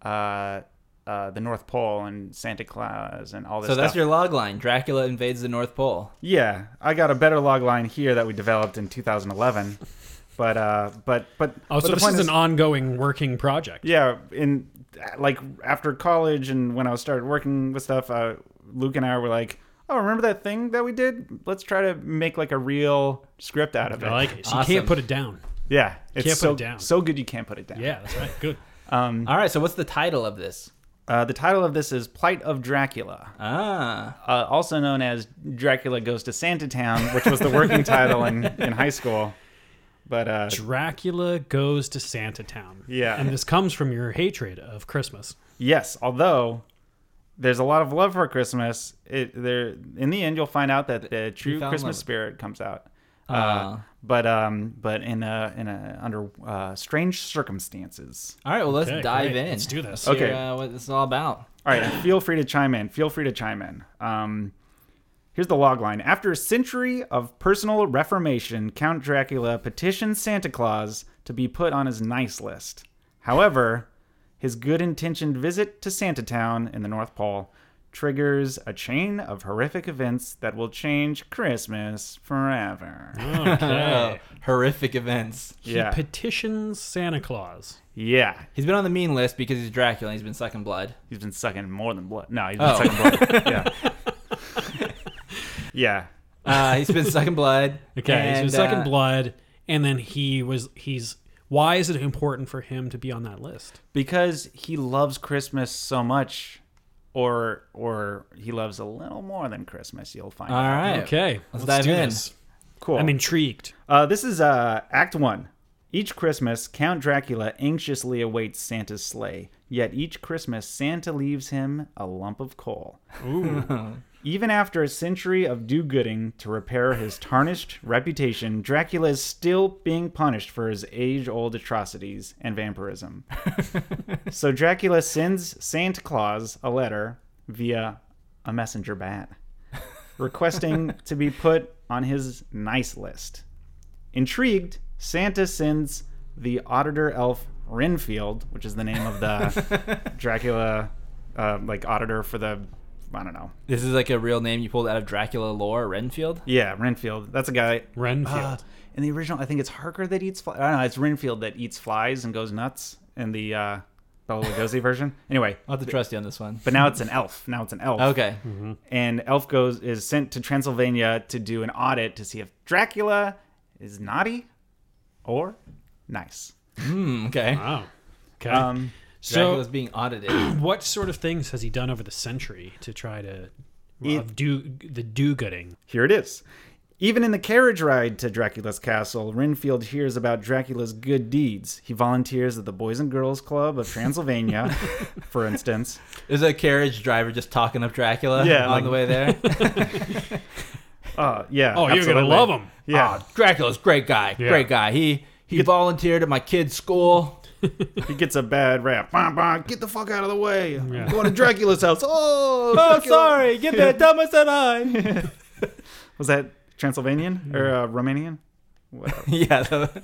Speaker 6: uh, uh, the North Pole and Santa Claus and all this.
Speaker 3: So
Speaker 6: stuff.
Speaker 3: that's your log line. Dracula invades the North Pole.
Speaker 6: Yeah, I got a better log line here that we developed in 2011. But uh, but but
Speaker 2: Oh,
Speaker 6: but
Speaker 2: so
Speaker 6: the
Speaker 2: this
Speaker 6: point
Speaker 2: is an ongoing working project.
Speaker 6: yeah, in like after college and when I started working with stuff, uh, Luke and I were like, oh, remember that thing that we did? Let's try to make like a real script out of it.
Speaker 2: I like it. So
Speaker 3: Awesome.
Speaker 2: You can't put it down.
Speaker 6: yeah, it's
Speaker 2: Can't put
Speaker 6: so
Speaker 2: it down.
Speaker 6: so good you can't put it down.
Speaker 2: Yeah, that's right. Good.
Speaker 3: All right. So what's the title of this?
Speaker 6: Uh, the title of this is Plight of Dracula.
Speaker 3: Ah,
Speaker 6: uh, also known as Dracula Goes to Santa Town, which was the working title in, in high school. But uh,
Speaker 2: Dracula goes to Santa Town.
Speaker 6: Yeah.
Speaker 2: And this comes from your hatred of Christmas.
Speaker 6: yes, although there's a lot of love for Christmas, it, there in the end you'll find out that the true
Speaker 3: found
Speaker 6: Christmas
Speaker 3: love.
Speaker 6: spirit comes out. Uh,
Speaker 3: Ah.
Speaker 6: but um, but in a, in a, under uh, strange circumstances.
Speaker 3: all right. Well, let's
Speaker 2: Okay,
Speaker 3: dive
Speaker 2: great.
Speaker 3: in.
Speaker 2: Let's do this.
Speaker 3: Let's hear,
Speaker 6: Okay.
Speaker 3: uh, what this is all about?
Speaker 6: All right, feel free to chime in. Feel free to chime in. Um, here's the log line. After a century of personal reformation, Count Dracula petitioned Santa Claus to be put on his nice list. However, his good intentioned visit to Santa Town in the North Pole triggers a chain of horrific events that will change Christmas forever.
Speaker 3: Oh,
Speaker 2: Okay.
Speaker 3: Horrific events.
Speaker 6: yeah.
Speaker 2: He petitions Santa Claus.
Speaker 6: yeah.
Speaker 3: He's been on the mean list because he's Dracula. and He's been sucking blood.
Speaker 6: He's been sucking more than blood. No, he's been
Speaker 3: Oh.
Speaker 6: sucking blood. Yeah. yeah.
Speaker 3: Uh, he's been sucking blood.
Speaker 2: Okay. so
Speaker 3: and,
Speaker 2: he's second
Speaker 3: uh,
Speaker 2: blood, and then he was he's why is it important for him to be on that list?
Speaker 6: because he loves Christmas so much, or or he loves a little more than Christmas. You'll find.
Speaker 2: Uh,
Speaker 3: All
Speaker 6: out.
Speaker 3: right.
Speaker 2: Okay.
Speaker 3: Let's dive in.
Speaker 6: Cool.
Speaker 2: I'm intrigued.
Speaker 6: Uh, this is uh, Act One. Each Christmas, Count Dracula anxiously awaits Santa's sleigh. Yet each Christmas, Santa leaves him a lump of coal. Even after a century of do gooding to repair his tarnished reputation, Dracula is still being punished for his age old atrocities and vampirism. so Dracula sends Santa Claus a letter via a messenger bat requesting to be put on his nice list. Intrigued, Santa sends the auditor elf Renfield, which is the name of the Dracula, uh, like auditor for the, I don't know.
Speaker 3: This is like a real name you pulled out of Dracula lore, Renfield.
Speaker 6: Yeah, Renfield. That's a guy.
Speaker 2: Renfield.
Speaker 6: Uh, in the original, I think it's Harker that eats flies. I don't know. It's Renfield that eats flies and goes nuts in the uh, Bela Lugosi version. Anyway,
Speaker 3: I'll have to trust you on this one.
Speaker 6: but now it's an elf. Now it's an elf.
Speaker 3: Okay.
Speaker 6: and Elf goes is sent to Transylvania to do an audit to see if Dracula is naughty or nice.
Speaker 3: Okay.
Speaker 2: Wow. Ah. Oh. Okay.
Speaker 6: Um,
Speaker 2: so,
Speaker 3: Dracula's being audited.
Speaker 2: what sort of things has he done over the century to try to
Speaker 6: It-
Speaker 2: of do the do-gooding?
Speaker 6: Here it is. Even in the carriage ride to Dracula's castle, Renfield hears about Dracula's good deeds. He volunteers at the Boys and Girls Club of Transylvania, for instance.
Speaker 3: There's a carriage driver just talking up Dracula
Speaker 6: Yeah,
Speaker 3: on
Speaker 6: like-
Speaker 3: the way there.
Speaker 6: Uh, yeah.
Speaker 2: Oh, you're gonna
Speaker 6: absolutely.
Speaker 2: love Ah. him.
Speaker 6: Yeah.
Speaker 3: Dracula's great guy. Great guy. He he volunteered at my kid's school.
Speaker 6: He gets a bad rap. Bah, bah, get the fuck out of the way. I'm going to Dracula's house. Oh,
Speaker 3: Oh,
Speaker 6: Dracula.
Speaker 3: sorry. Get that dumb said I.
Speaker 6: Was that Transylvanian or uh, Romanian? Whatever.
Speaker 3: yeah.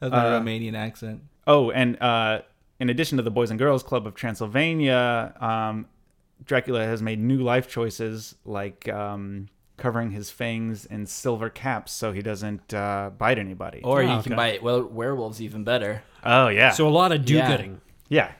Speaker 3: That, that's my Romanian accent.
Speaker 6: Oh, and uh, in addition to the Boys and Girls Club of Transylvania, um, Dracula has made new life choices like um, covering his fangs in silver caps so he doesn't uh, bite anybody.
Speaker 3: Or you
Speaker 2: Oh,
Speaker 3: can
Speaker 2: okay.
Speaker 3: bite well, werewolves even better.
Speaker 6: oh yeah,
Speaker 2: So a lot of do-gooding.
Speaker 6: yeah.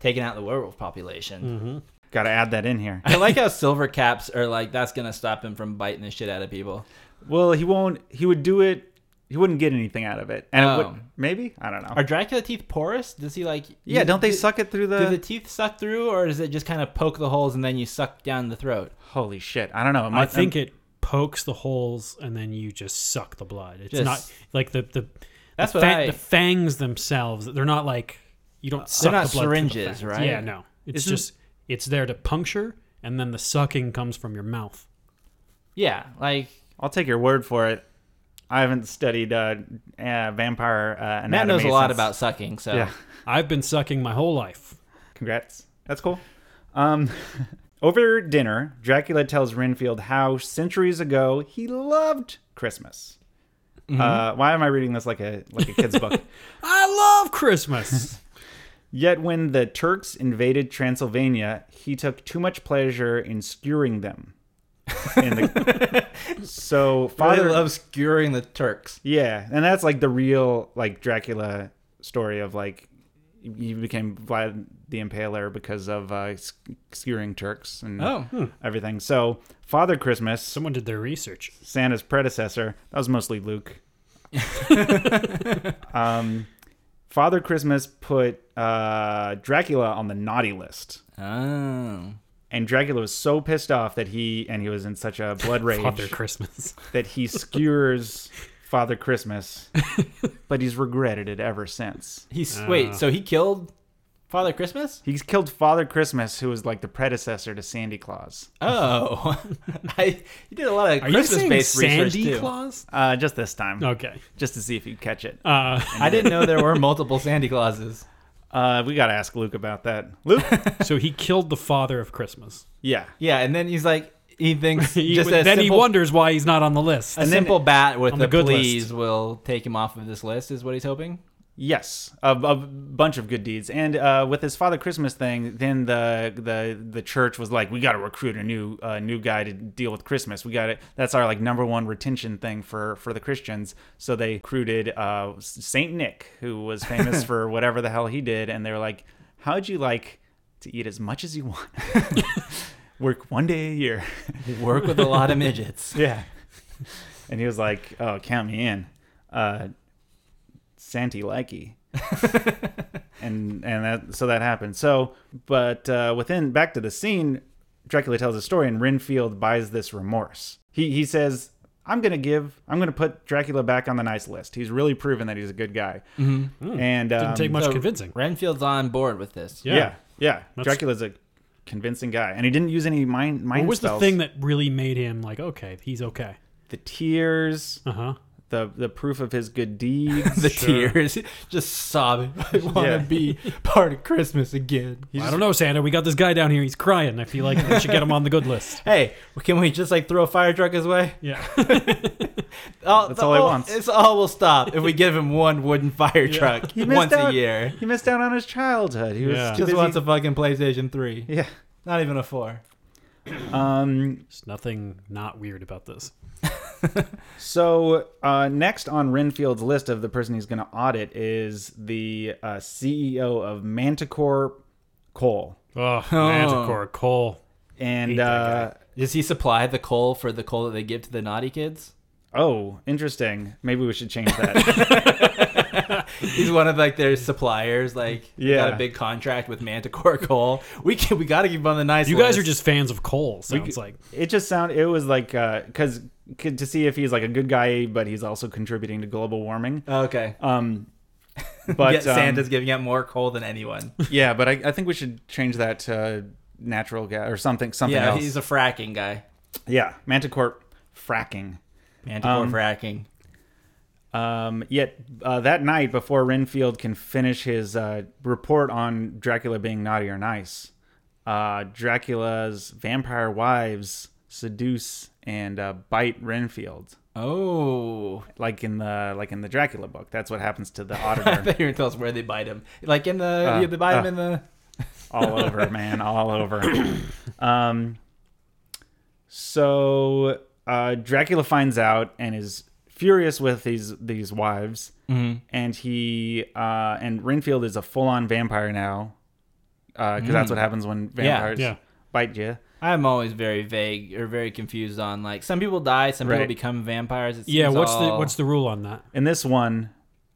Speaker 3: Taking out the werewolf population.
Speaker 6: Got to add that in here.
Speaker 3: I like how silver caps are like that's gonna stop him from biting the shit out of people.
Speaker 6: Well, he won't. He would do it. He wouldn't get anything out of it. And it
Speaker 3: Oh.
Speaker 6: would, maybe I don't know.
Speaker 3: Are Dracula teeth porous? Does he like?
Speaker 6: yeah,
Speaker 3: you-
Speaker 6: don't they
Speaker 3: do-
Speaker 6: suck it through the?
Speaker 3: Do the teeth suck through, or does it just kind of poke the holes and then you suck down the throat?
Speaker 6: Holy shit! I don't know. It
Speaker 2: I
Speaker 6: might- um,
Speaker 2: think it pokes the holes and then you just suck the blood. It's
Speaker 3: Just-
Speaker 2: not like the the
Speaker 3: That's
Speaker 2: the,
Speaker 3: what I-
Speaker 2: the fangs themselves. They're not like you don't suck
Speaker 3: not
Speaker 2: the blood through the
Speaker 3: syringes,
Speaker 2: fangs.
Speaker 3: right?
Speaker 2: Yeah, no. It's
Speaker 6: Isn't-
Speaker 2: just it's there to puncture and then the sucking comes from your mouth.
Speaker 3: Yeah, like
Speaker 6: I'll take your word for it. I haven't studied uh, uh, vampire uh, anatomy.
Speaker 3: Matt knows a lot
Speaker 6: since-
Speaker 3: about sucking, so
Speaker 6: Yeah.
Speaker 2: I've been sucking my whole life.
Speaker 6: Congrats. That's cool. Um, over dinner, Dracula tells Renfield how centuries ago he loved Christmas.
Speaker 3: Mm-hmm.
Speaker 6: Uh, why am I reading this like a like a kid's book?
Speaker 2: I love Christmas.
Speaker 6: Yet when the Turks invaded Transylvania, he took too much pleasure in skewering them. In the, so
Speaker 3: Father
Speaker 6: father
Speaker 3: loves skewering the Turks.
Speaker 6: Yeah, and that's like the real like Dracula story of like he became Vlad the Impaler because of uh, s- skewering Turks and
Speaker 3: Oh. Hmm.
Speaker 6: everything. So Father Christmas,
Speaker 2: Someone did their research.
Speaker 6: Santa's predecessor, that was mostly Luke. um, Father Christmas put uh, Dracula on the naughty list.
Speaker 3: Oh,
Speaker 6: And Dracula was so pissed off that he and he was in such a blood rage
Speaker 2: Father Christmas.
Speaker 6: that he skewers Father Christmas, but he's regretted it ever since.
Speaker 3: he's wait. So he killed Father Christmas?
Speaker 6: He's killed Father Christmas, who was like the predecessor to Sandy Claus.
Speaker 3: Oh, I you did a lot of
Speaker 2: Are you
Speaker 3: Christmas
Speaker 2: saying
Speaker 3: based research
Speaker 2: Sandy
Speaker 3: too.
Speaker 2: Claus?
Speaker 6: Uh, just this time,
Speaker 2: Okay.
Speaker 6: just to see if you catch it.
Speaker 2: Uh,
Speaker 3: I didn't know there were multiple Sandy Clauses.
Speaker 6: Uh, we gotta ask Luke about that. Luke,
Speaker 2: so he killed the father of Christmas.
Speaker 6: yeah,
Speaker 3: Yeah, and then he's like, he thinks
Speaker 2: He-
Speaker 3: just
Speaker 2: then
Speaker 3: a simple,
Speaker 2: he wonders why he's not on the list.
Speaker 3: a simple bat with
Speaker 2: on
Speaker 3: the,
Speaker 2: the good
Speaker 3: please
Speaker 2: list.
Speaker 3: will take him off of this list is what he's hoping.
Speaker 6: yes, a, a bunch of good deeds. And uh, with his Father Christmas thing, then the the the church was like, we gotta recruit a new uh, new guy to deal with Christmas. We got to That's our like number one retention thing for for the Christians. So they recruited uh, Saint Nick, who was famous for whatever the hell he did. And they were like, how'd you like to eat as much as you want? Work one day a year.
Speaker 3: Work with a lot of midgets.
Speaker 6: Yeah. And he was like, "Oh, count me in." Uh Santi Likey. and and that so that happened. So, but uh within back to the scene, Dracula tells a story and Renfield buys this remorse. He he says, I'm gonna give, I'm gonna put Dracula back on the nice list. He's really proven that he's a good guy, and um,
Speaker 2: Mm-hmm. Hmm. Didn't take much
Speaker 3: so-
Speaker 2: convincing.
Speaker 3: Renfield's on board with this.
Speaker 6: Yeah, yeah, Dracula's a convincing guy, and he didn't use any mind mind
Speaker 2: What was the
Speaker 6: spells.
Speaker 2: thing that really made him like, okay, he's okay?
Speaker 6: the tears,
Speaker 2: Uh huh.
Speaker 6: the the proof of his good deeds.
Speaker 3: The tears, just sobbing. I want to
Speaker 6: Yeah.
Speaker 3: be part of Christmas again.
Speaker 2: I don't know, Santa. We got this guy down here. He's crying. I feel like we should get him on the good list.
Speaker 3: Hey, can we just like throw a fire truck his way?
Speaker 2: Yeah.
Speaker 3: Oh,
Speaker 6: That's all he
Speaker 3: oh,
Speaker 6: wants.
Speaker 3: It's all we'll stop if we give him one wooden fire truck
Speaker 6: He missed
Speaker 3: once
Speaker 6: out-
Speaker 3: a year.
Speaker 6: he missed out on his childhood. He was
Speaker 2: Yeah.
Speaker 6: too
Speaker 3: Just
Speaker 6: busy-
Speaker 3: wants a fucking PlayStation 3.
Speaker 6: yeah.
Speaker 3: Not even a 4.
Speaker 6: Um,
Speaker 2: There's nothing not weird about this.
Speaker 6: So uh, next on Renfield's list of the person he's going to audit is the uh, CEO of Manticore Coal,
Speaker 2: Oh, Manticore, Cole.
Speaker 6: and
Speaker 2: Hate that
Speaker 6: uh,
Speaker 3: Does he supply the coal for the coal that they give to the naughty kids?
Speaker 6: oh, interesting. Maybe we should change that.
Speaker 3: He's one of like their suppliers. Like, yeah,
Speaker 6: Yeah.
Speaker 3: got a big contract with Manticore Coal. We can, we got to keep him on the nice.
Speaker 2: You guys are
Speaker 3: list.
Speaker 2: just fans of Cole, sounds
Speaker 6: could-
Speaker 2: like.
Speaker 6: it just sound it was like because to see if he's like a good guy, but he's also contributing to global warming.
Speaker 3: okay.
Speaker 6: Um, but
Speaker 3: Yet
Speaker 6: um,
Speaker 3: Santa's giving out more coal than anyone.
Speaker 6: yeah, but I, I think we should change that to natural gas or something something
Speaker 3: yeah,
Speaker 6: else.
Speaker 3: he's a fracking guy.
Speaker 6: yeah, Manticore fracking.
Speaker 3: Manticore
Speaker 6: Um,
Speaker 3: fracking.
Speaker 6: Um, yet uh, that night, before Renfield can finish his uh, report on Dracula being naughty or nice, uh, Dracula's vampire wives seduce and uh, bite Renfield,
Speaker 3: Oh,
Speaker 6: like in the like in the Dracula book. That's what happens to the
Speaker 3: I
Speaker 6: auditor
Speaker 3: thought you were gonna tell us where they bite him. Like in the yeah, they bite him
Speaker 6: uh.
Speaker 3: in the.
Speaker 6: all over, man, all over. Um, so uh, Dracula finds out and is furious with these these wives,
Speaker 2: Mm-hmm.
Speaker 6: and he uh, and Renfield is a full on vampire now, because that's what happens when vampires
Speaker 2: Mm. yeah.
Speaker 6: bite you.
Speaker 3: I'm always very vague or very confused on like some people die, some people
Speaker 6: Right.
Speaker 3: become vampires. It
Speaker 2: Yeah,
Speaker 3: seems
Speaker 2: what's the
Speaker 3: all-
Speaker 2: what's the rule on that?
Speaker 6: In this one,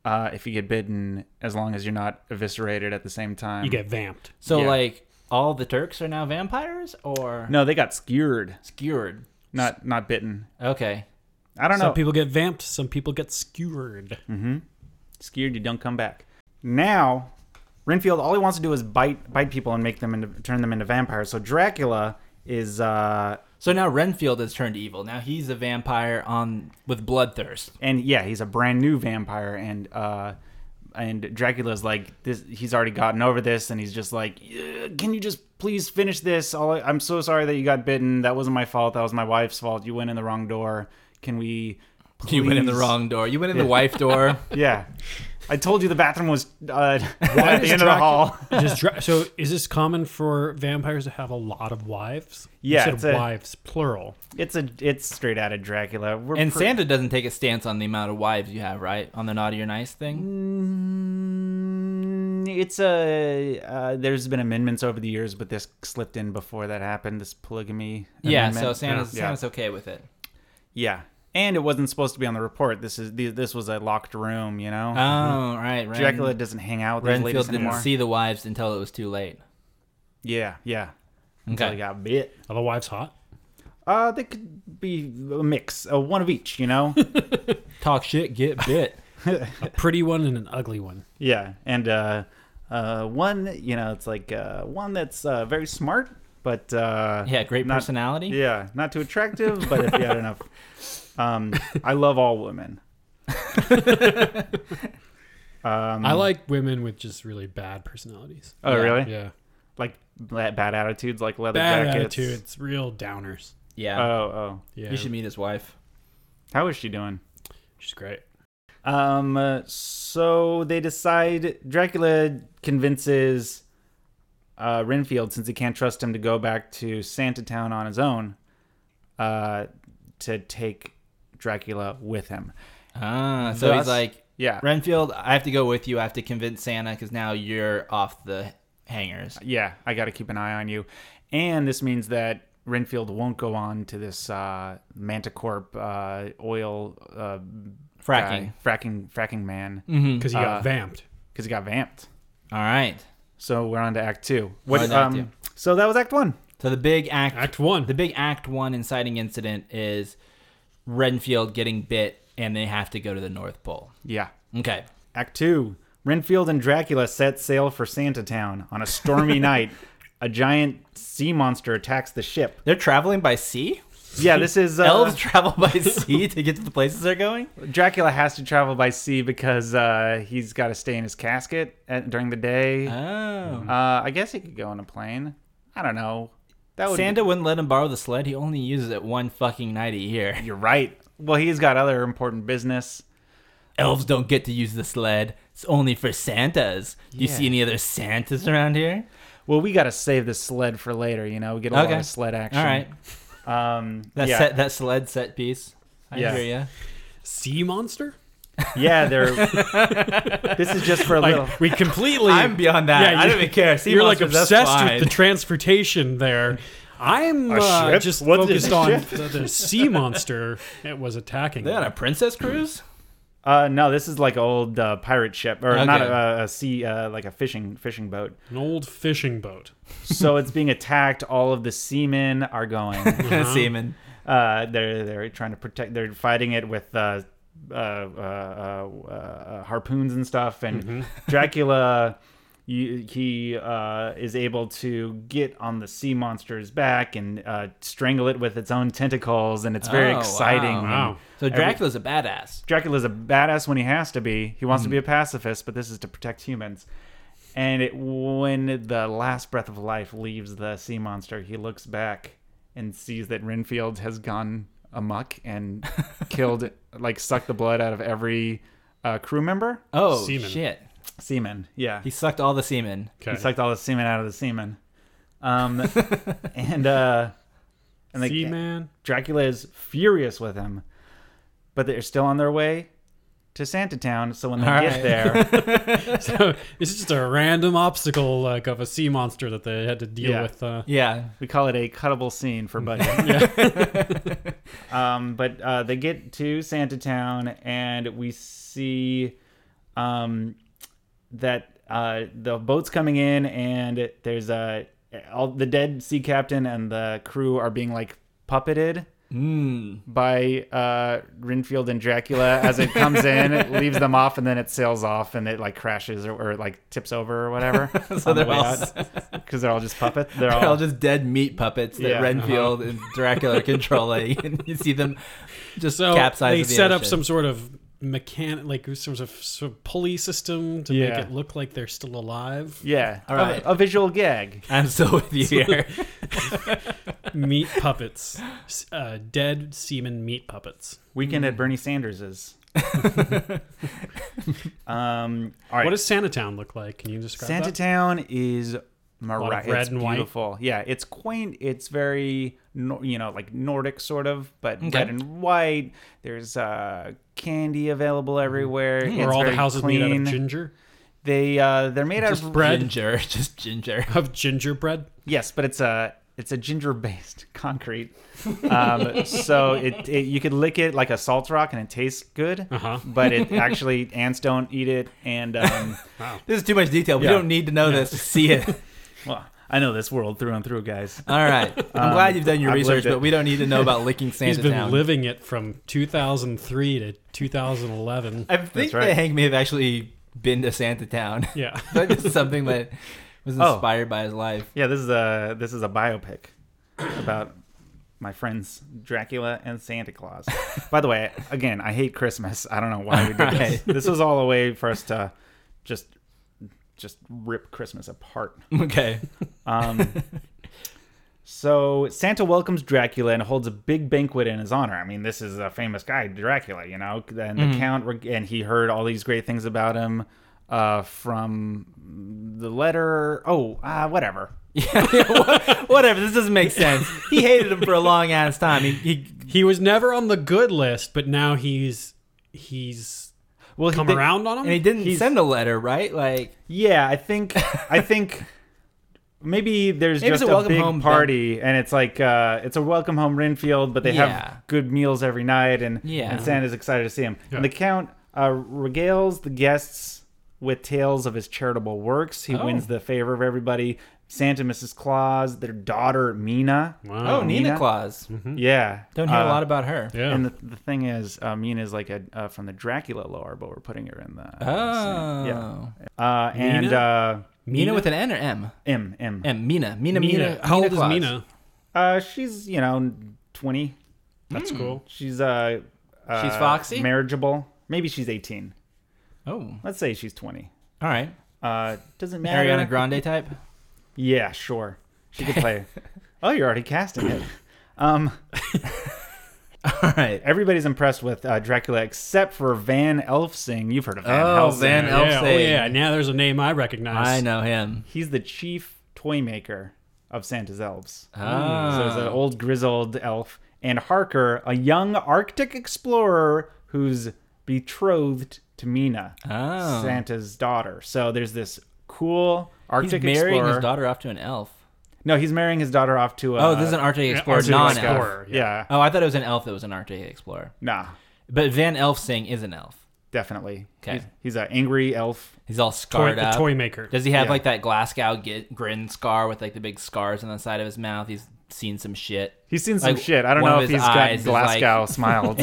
Speaker 6: uh, if you get bitten, as long as you're not eviscerated at the same time,
Speaker 2: You get vamped.
Speaker 3: so
Speaker 6: yeah.
Speaker 3: like all the Turks are now vampires or
Speaker 6: no. They got skewered,
Speaker 3: skewered?
Speaker 6: not not bitten.
Speaker 3: Okay,
Speaker 6: I don't know.
Speaker 2: Some people get vamped, some people get skewered.
Speaker 6: scared you don't come back. Now, Renfield all he wants to do is bite bite people and make them into turn them into vampires. So Dracula is uh
Speaker 3: so now Renfield has turned evil. Now he's a vampire on with bloodthirst.
Speaker 6: and yeah, he's a brand new vampire and uh and Dracula's like this he's already gotten over this and he's just like "Yeah, can you just please finish this? All I, I'm so sorry that you got bitten. That wasn't my fault. That was my wife's fault. You went in the wrong door. Can we
Speaker 3: You went in the
Speaker 6: please-"
Speaker 3: wrong door. You went in the wife door.
Speaker 6: Yeah. I told you the bathroom was uh,
Speaker 2: Why
Speaker 6: at the
Speaker 2: does
Speaker 6: end of the hall.
Speaker 2: Does dra- so is this common for vampires to have a lot of wives? You
Speaker 6: Yeah,
Speaker 2: said
Speaker 6: it's a-
Speaker 2: wives, plural.
Speaker 6: It's a it's straight out of Dracula. We're
Speaker 3: and
Speaker 6: pre-
Speaker 3: Santa doesn't take a stance on the amount of wives you have, right? On the naughty or nice thing.
Speaker 6: Mm, it's a uh, there's been amendments over the years, but this slipped in before that happened. This polygamy.
Speaker 3: Yeah, so
Speaker 6: amendment.
Speaker 3: Santa's,
Speaker 6: yeah.
Speaker 3: Santa's okay with it.
Speaker 6: Yeah, and it wasn't supposed to be on the report. This is the- this was a locked room, you know.
Speaker 3: Oh, right, right.
Speaker 6: Dracula doesn't hang out with these
Speaker 3: Renfield
Speaker 6: ladies
Speaker 3: didn't
Speaker 6: anymore.
Speaker 3: see the wives until it was too late.
Speaker 6: yeah, yeah. Until he
Speaker 3: Okay.
Speaker 6: got bit.
Speaker 2: Are the wives hot?
Speaker 6: Uh, they could be a mix, uh, one of each, you know.
Speaker 3: Talk shit, get bit.
Speaker 2: A pretty one and an ugly one.
Speaker 6: yeah, and uh, uh, one, you know, it's like uh, one that's uh, very smart, but uh,
Speaker 3: Yeah, great
Speaker 6: not-
Speaker 3: personality.
Speaker 6: Yeah, not too attractive, but if you had enough. Um, I love all women.
Speaker 3: Um,
Speaker 2: I like women with just really bad personalities.
Speaker 6: Oh,
Speaker 3: eh,
Speaker 6: really?
Speaker 2: Yeah.
Speaker 6: Like ba- bad attitudes, like leather
Speaker 2: Bad
Speaker 6: jackets.
Speaker 2: attitudes, real downers.
Speaker 6: Oh,
Speaker 3: Yeah.
Speaker 6: oh.
Speaker 2: Yeah.
Speaker 3: You should meet his wife.
Speaker 6: How is she doing?
Speaker 2: She's great.
Speaker 6: Um, uh, so they decide Dracula convinces uh, Renfield, since he can't trust him to go back to Santa Town on his own, uh, to take Dracula with him.
Speaker 3: Ah, so
Speaker 6: Mm. Thus-
Speaker 3: he's like,
Speaker 6: yeah.
Speaker 3: Renfield, I have to go with you. I have to convince Santa because now you're off the hangers.
Speaker 6: yeah, I got to keep an eye on you. And this means that Renfield won't go on to this uh, Manticorp uh, oil uh,
Speaker 3: Fracking. Mm-hmm.
Speaker 6: guy, fracking, fracking man, because
Speaker 3: Hmm,
Speaker 2: Because he
Speaker 3: uh,
Speaker 2: got vamped.
Speaker 6: he got vamped.
Speaker 3: All right.
Speaker 6: So we're on to Act Two. What?
Speaker 3: on to Act
Speaker 6: Um,
Speaker 3: Two.
Speaker 6: so that was Act One.
Speaker 3: So the big act,
Speaker 2: Act one.
Speaker 3: the big act one inciting incident is Renfield getting bit and they have to go to the North Pole.
Speaker 6: Yeah.
Speaker 3: Okay.
Speaker 6: Act two Renfield and Dracula set sail for Santa Town on a stormy night. A giant sea monster attacks the ship.
Speaker 3: They're traveling by sea?
Speaker 6: Yeah, this is. Uh,
Speaker 3: Elves travel by sea to get to the places they're going?
Speaker 6: Dracula has to travel by sea because uh, he's got to stay in his casket at, during the day. Uh,
Speaker 3: Oh.
Speaker 6: I guess he could go on a plane. I don't know. That would
Speaker 3: Santa wouldn't let him borrow the sled. He only uses it one fucking night a year.
Speaker 6: You're right. Well, he's got other important business.
Speaker 3: Elves don't get to use the sled. It's only for Santas. Do you see any other Santas around here?
Speaker 6: Well, we got to save the sled for later. You know, we get a lot
Speaker 3: Okay.
Speaker 6: of sled action.
Speaker 3: All right.
Speaker 6: Um,
Speaker 3: That
Speaker 6: yeah.
Speaker 3: set that sled set piece. I
Speaker 6: Yeah.
Speaker 3: hear ya.
Speaker 2: Sea monster?
Speaker 6: yeah, they're. this is just for a little.
Speaker 2: Like, we completely.
Speaker 3: I'm beyond that. I
Speaker 2: you-
Speaker 3: don't even care. Sea
Speaker 2: you're like
Speaker 3: monsters, that's
Speaker 2: obsessed
Speaker 3: fine.
Speaker 2: with the transportation there. I'm uh,
Speaker 6: ship?
Speaker 2: just
Speaker 6: What's
Speaker 2: focused
Speaker 6: a
Speaker 2: on the, the sea monster that was attacking.
Speaker 3: They're on a princess cruise?
Speaker 6: Uh, no, this is like an old uh, pirate ship, or not
Speaker 3: Okay.
Speaker 6: a, a sea, uh, like a fishing fishing boat.
Speaker 2: An old fishing boat.
Speaker 6: so it's being attacked. All of the seamen are going.
Speaker 3: Seaman.
Speaker 6: uh, they're they're trying to protect. They're fighting it with. Uh, uh, uh, uh, uh, harpoons and stuff, and
Speaker 3: Mm-hmm.
Speaker 6: Dracula, you, he uh, is able to get on the sea monster's back and uh, strangle it with its own tentacles, and it's very
Speaker 3: Oh,
Speaker 6: exciting.
Speaker 3: wow.
Speaker 2: Wow.
Speaker 3: So Dracula's a badass.
Speaker 6: Dracula's a badass when he has to be. He wants to be a pacifist, but this is to protect humans. And it, when the last breath of life leaves the sea monster, he looks back and sees that Renfield has gone amuck and killed, like, sucked the blood out of every uh, crew member.
Speaker 3: Oh
Speaker 2: Seaman.
Speaker 3: shit.
Speaker 6: Seaman, yeah.
Speaker 3: He sucked all the seamen.
Speaker 2: Okay.
Speaker 6: He sucked all the semen out of the semen. Um, and uh, and
Speaker 2: sea
Speaker 6: the,
Speaker 2: man.
Speaker 6: Dracula is furious with him, but they're still on their way to Santa Town. So when they
Speaker 3: All
Speaker 6: get
Speaker 3: right.
Speaker 6: there,
Speaker 2: So this is just a random obstacle like of a sea monster that they had to deal
Speaker 6: Yeah.
Speaker 2: with. Uh,
Speaker 3: Yeah.
Speaker 6: We call it a cuttable scene for Buddy. um, but uh, they get to Santa Town, and we see um, that uh, the boat's coming in, and there's a all the dead sea captain and the crew are being like puppeted by uh, Renfield and Dracula as it comes in, it leaves them off, and then it sails off, and it like crashes or, or like tips over or whatever.
Speaker 3: So they're all,
Speaker 6: because they're all just puppet. They're
Speaker 3: they're all
Speaker 6: all
Speaker 3: just dead meat puppets that
Speaker 6: Yeah.
Speaker 3: Renfield
Speaker 2: uh-huh.
Speaker 3: and Dracula are controlling, and you see them just
Speaker 2: so
Speaker 3: capsize.
Speaker 2: they
Speaker 3: in the
Speaker 2: set up
Speaker 3: ocean.
Speaker 2: some sort of mechanic, like some sort of, sort of pulley system to
Speaker 6: Yeah.
Speaker 2: make it look like they're still alive.
Speaker 6: Yeah. All
Speaker 3: right.
Speaker 6: A, a visual gag.
Speaker 3: I'm so with you here.
Speaker 2: meat puppets, S- uh, dead semen meat puppets.
Speaker 6: Weekend
Speaker 2: Hmm.
Speaker 6: at Bernie Sanders's. um, all right.
Speaker 2: What does Sanatown look like? Can you describe
Speaker 6: Santa
Speaker 2: that?
Speaker 6: Town is
Speaker 2: lot
Speaker 6: miraculous.
Speaker 2: of red
Speaker 6: it's
Speaker 2: and white.
Speaker 6: beautiful. Yeah, it's quaint. It's very Nor- you know like Nordic sort of, but
Speaker 3: Okay.
Speaker 6: red and white. There's uh, candy available everywhere. It's
Speaker 2: Are Hmm. all the
Speaker 6: very
Speaker 2: houses made out
Speaker 6: clean.
Speaker 2: of ginger?
Speaker 6: They uh, they're made out
Speaker 2: Just
Speaker 6: of
Speaker 2: bread?
Speaker 3: ginger, just ginger.
Speaker 2: Of gingerbread?
Speaker 6: Yes, but it's a it's a ginger based concrete. Um, so it, it you could lick it like a salt rock and it tastes good,
Speaker 2: Uh-huh.
Speaker 6: but it actually ants don't eat it. And um,
Speaker 3: This is too much detail. We
Speaker 6: Yeah.
Speaker 3: don't need to know this to see it.
Speaker 6: well, I know this world through and through, guys.
Speaker 3: All right. I'm glad you've done your
Speaker 6: I've
Speaker 3: research,
Speaker 6: lived it.
Speaker 3: but we don't need to know about licking
Speaker 2: He's
Speaker 3: Santa
Speaker 2: been
Speaker 3: Town.
Speaker 2: living it from 2003 to 2011.
Speaker 3: I think
Speaker 6: That's right.
Speaker 3: that Hank may have actually been to Santa Town.
Speaker 2: yeah.
Speaker 3: But this is something that was
Speaker 6: Oh.
Speaker 3: inspired by his life.
Speaker 6: Yeah, this is a this is a biopic about my friends Dracula and Santa Claus. By the way, again, I hate Christmas. I don't know why we did this. This was all a way for us to just just rip Christmas apart.
Speaker 3: Okay.
Speaker 6: Um, so Santa welcomes Dracula and holds a big banquet in his honor. I mean, this is a famous guy, Dracula, you know. And the count, reg- and he heard all these great things about him uh, from the letter. Oh, uh, whatever.
Speaker 3: Whatever. This doesn't make sense. He hated him for a long ass time. He, he
Speaker 2: He was never on the good list, but now he's he's
Speaker 6: Well, he-
Speaker 2: come
Speaker 6: they-
Speaker 2: around on him?
Speaker 3: and he didn't send a letter, right? Like
Speaker 6: Yeah, I think I think maybe there's
Speaker 3: Maybe it's
Speaker 6: just
Speaker 3: a
Speaker 6: a,
Speaker 3: welcome
Speaker 6: big
Speaker 3: home
Speaker 6: party, and it's like uh, it's a welcome home Renfield, but they
Speaker 3: Yeah.
Speaker 6: have good meals every night, and
Speaker 3: Yeah.
Speaker 6: and Santa's excited to see him. And the Count uh,
Speaker 3: Oh.
Speaker 6: regales the guests with tales of his charitable works. He wins the favor of everybody. Santa, Mrs. Claus, their daughter Mina.
Speaker 2: Wow.
Speaker 3: Oh, Nina,
Speaker 6: Nina?
Speaker 3: Claus.
Speaker 6: Yeah,
Speaker 3: Don't hear
Speaker 6: Uh,
Speaker 3: a lot about her.
Speaker 2: yeah.
Speaker 6: And the, the thing is, uh, Mina is like a, uh, from the Dracula lore, but we're putting her in the.
Speaker 3: Oh.
Speaker 6: yeah. Uh, and
Speaker 2: Mina?
Speaker 6: uh,
Speaker 3: Mina with an N or M?
Speaker 6: M M.
Speaker 3: M. Mina. Mina. Mina.
Speaker 2: Mina. How old
Speaker 3: Claus.
Speaker 2: is Mina?
Speaker 6: Uh, she's you know twenty.
Speaker 2: That's cool.
Speaker 6: She's uh, uh,
Speaker 3: She's Hmm. foxy?
Speaker 6: marriageable. Maybe she's eighteen.
Speaker 3: Oh,
Speaker 6: Let's say she's twenty.
Speaker 3: all right.
Speaker 6: Uh, doesn't matter.
Speaker 3: Ariana Grande type.
Speaker 6: Yeah, sure. She could play. oh, you're already casting it. Um,
Speaker 3: All right.
Speaker 6: everybody's impressed with uh, Dracula except for Van Elfsing. You've heard of Van
Speaker 3: Oh,
Speaker 6: Helsing.
Speaker 3: Van Elf-
Speaker 2: Yeah, oh
Speaker 3: Elfsing.
Speaker 2: yeah. Now there's a name I recognize.
Speaker 3: I know him.
Speaker 6: He's the chief toy maker of Santa's elves.
Speaker 3: Ah.
Speaker 6: So there's an old grizzled elf and Harker, a young Arctic explorer who's betrothed to Mina,
Speaker 3: Oh.
Speaker 6: Santa's daughter. So there's this cool
Speaker 3: He's
Speaker 6: Arctic
Speaker 3: marrying
Speaker 6: explorer.
Speaker 3: his daughter off to an elf.
Speaker 6: No, he's marrying his daughter off to. A,
Speaker 3: Oh, this is an Arctic explorer,
Speaker 2: Arctic
Speaker 3: non elf.
Speaker 2: explorer.
Speaker 6: Yeah.
Speaker 3: Oh, I thought it was an elf that was an Arctic explorer.
Speaker 6: Nah,
Speaker 3: But Van Elfsing is an elf.
Speaker 6: definitely.
Speaker 3: 'Kay.
Speaker 6: He's, he's an angry elf.
Speaker 3: He's all
Speaker 2: Toy,
Speaker 3: scarred
Speaker 2: the
Speaker 3: up.
Speaker 2: toy maker.
Speaker 3: Does he have
Speaker 6: Yeah.
Speaker 3: like that Glasgow gi- grin scar with like the big scars on the side of his mouth? He's seen some shit.
Speaker 6: He's seen some
Speaker 3: Like,
Speaker 6: shit. I don't
Speaker 3: one
Speaker 6: know
Speaker 3: of
Speaker 6: if
Speaker 3: his
Speaker 6: he's
Speaker 3: eyes
Speaker 6: got
Speaker 3: is like-
Speaker 6: Glasgow smiled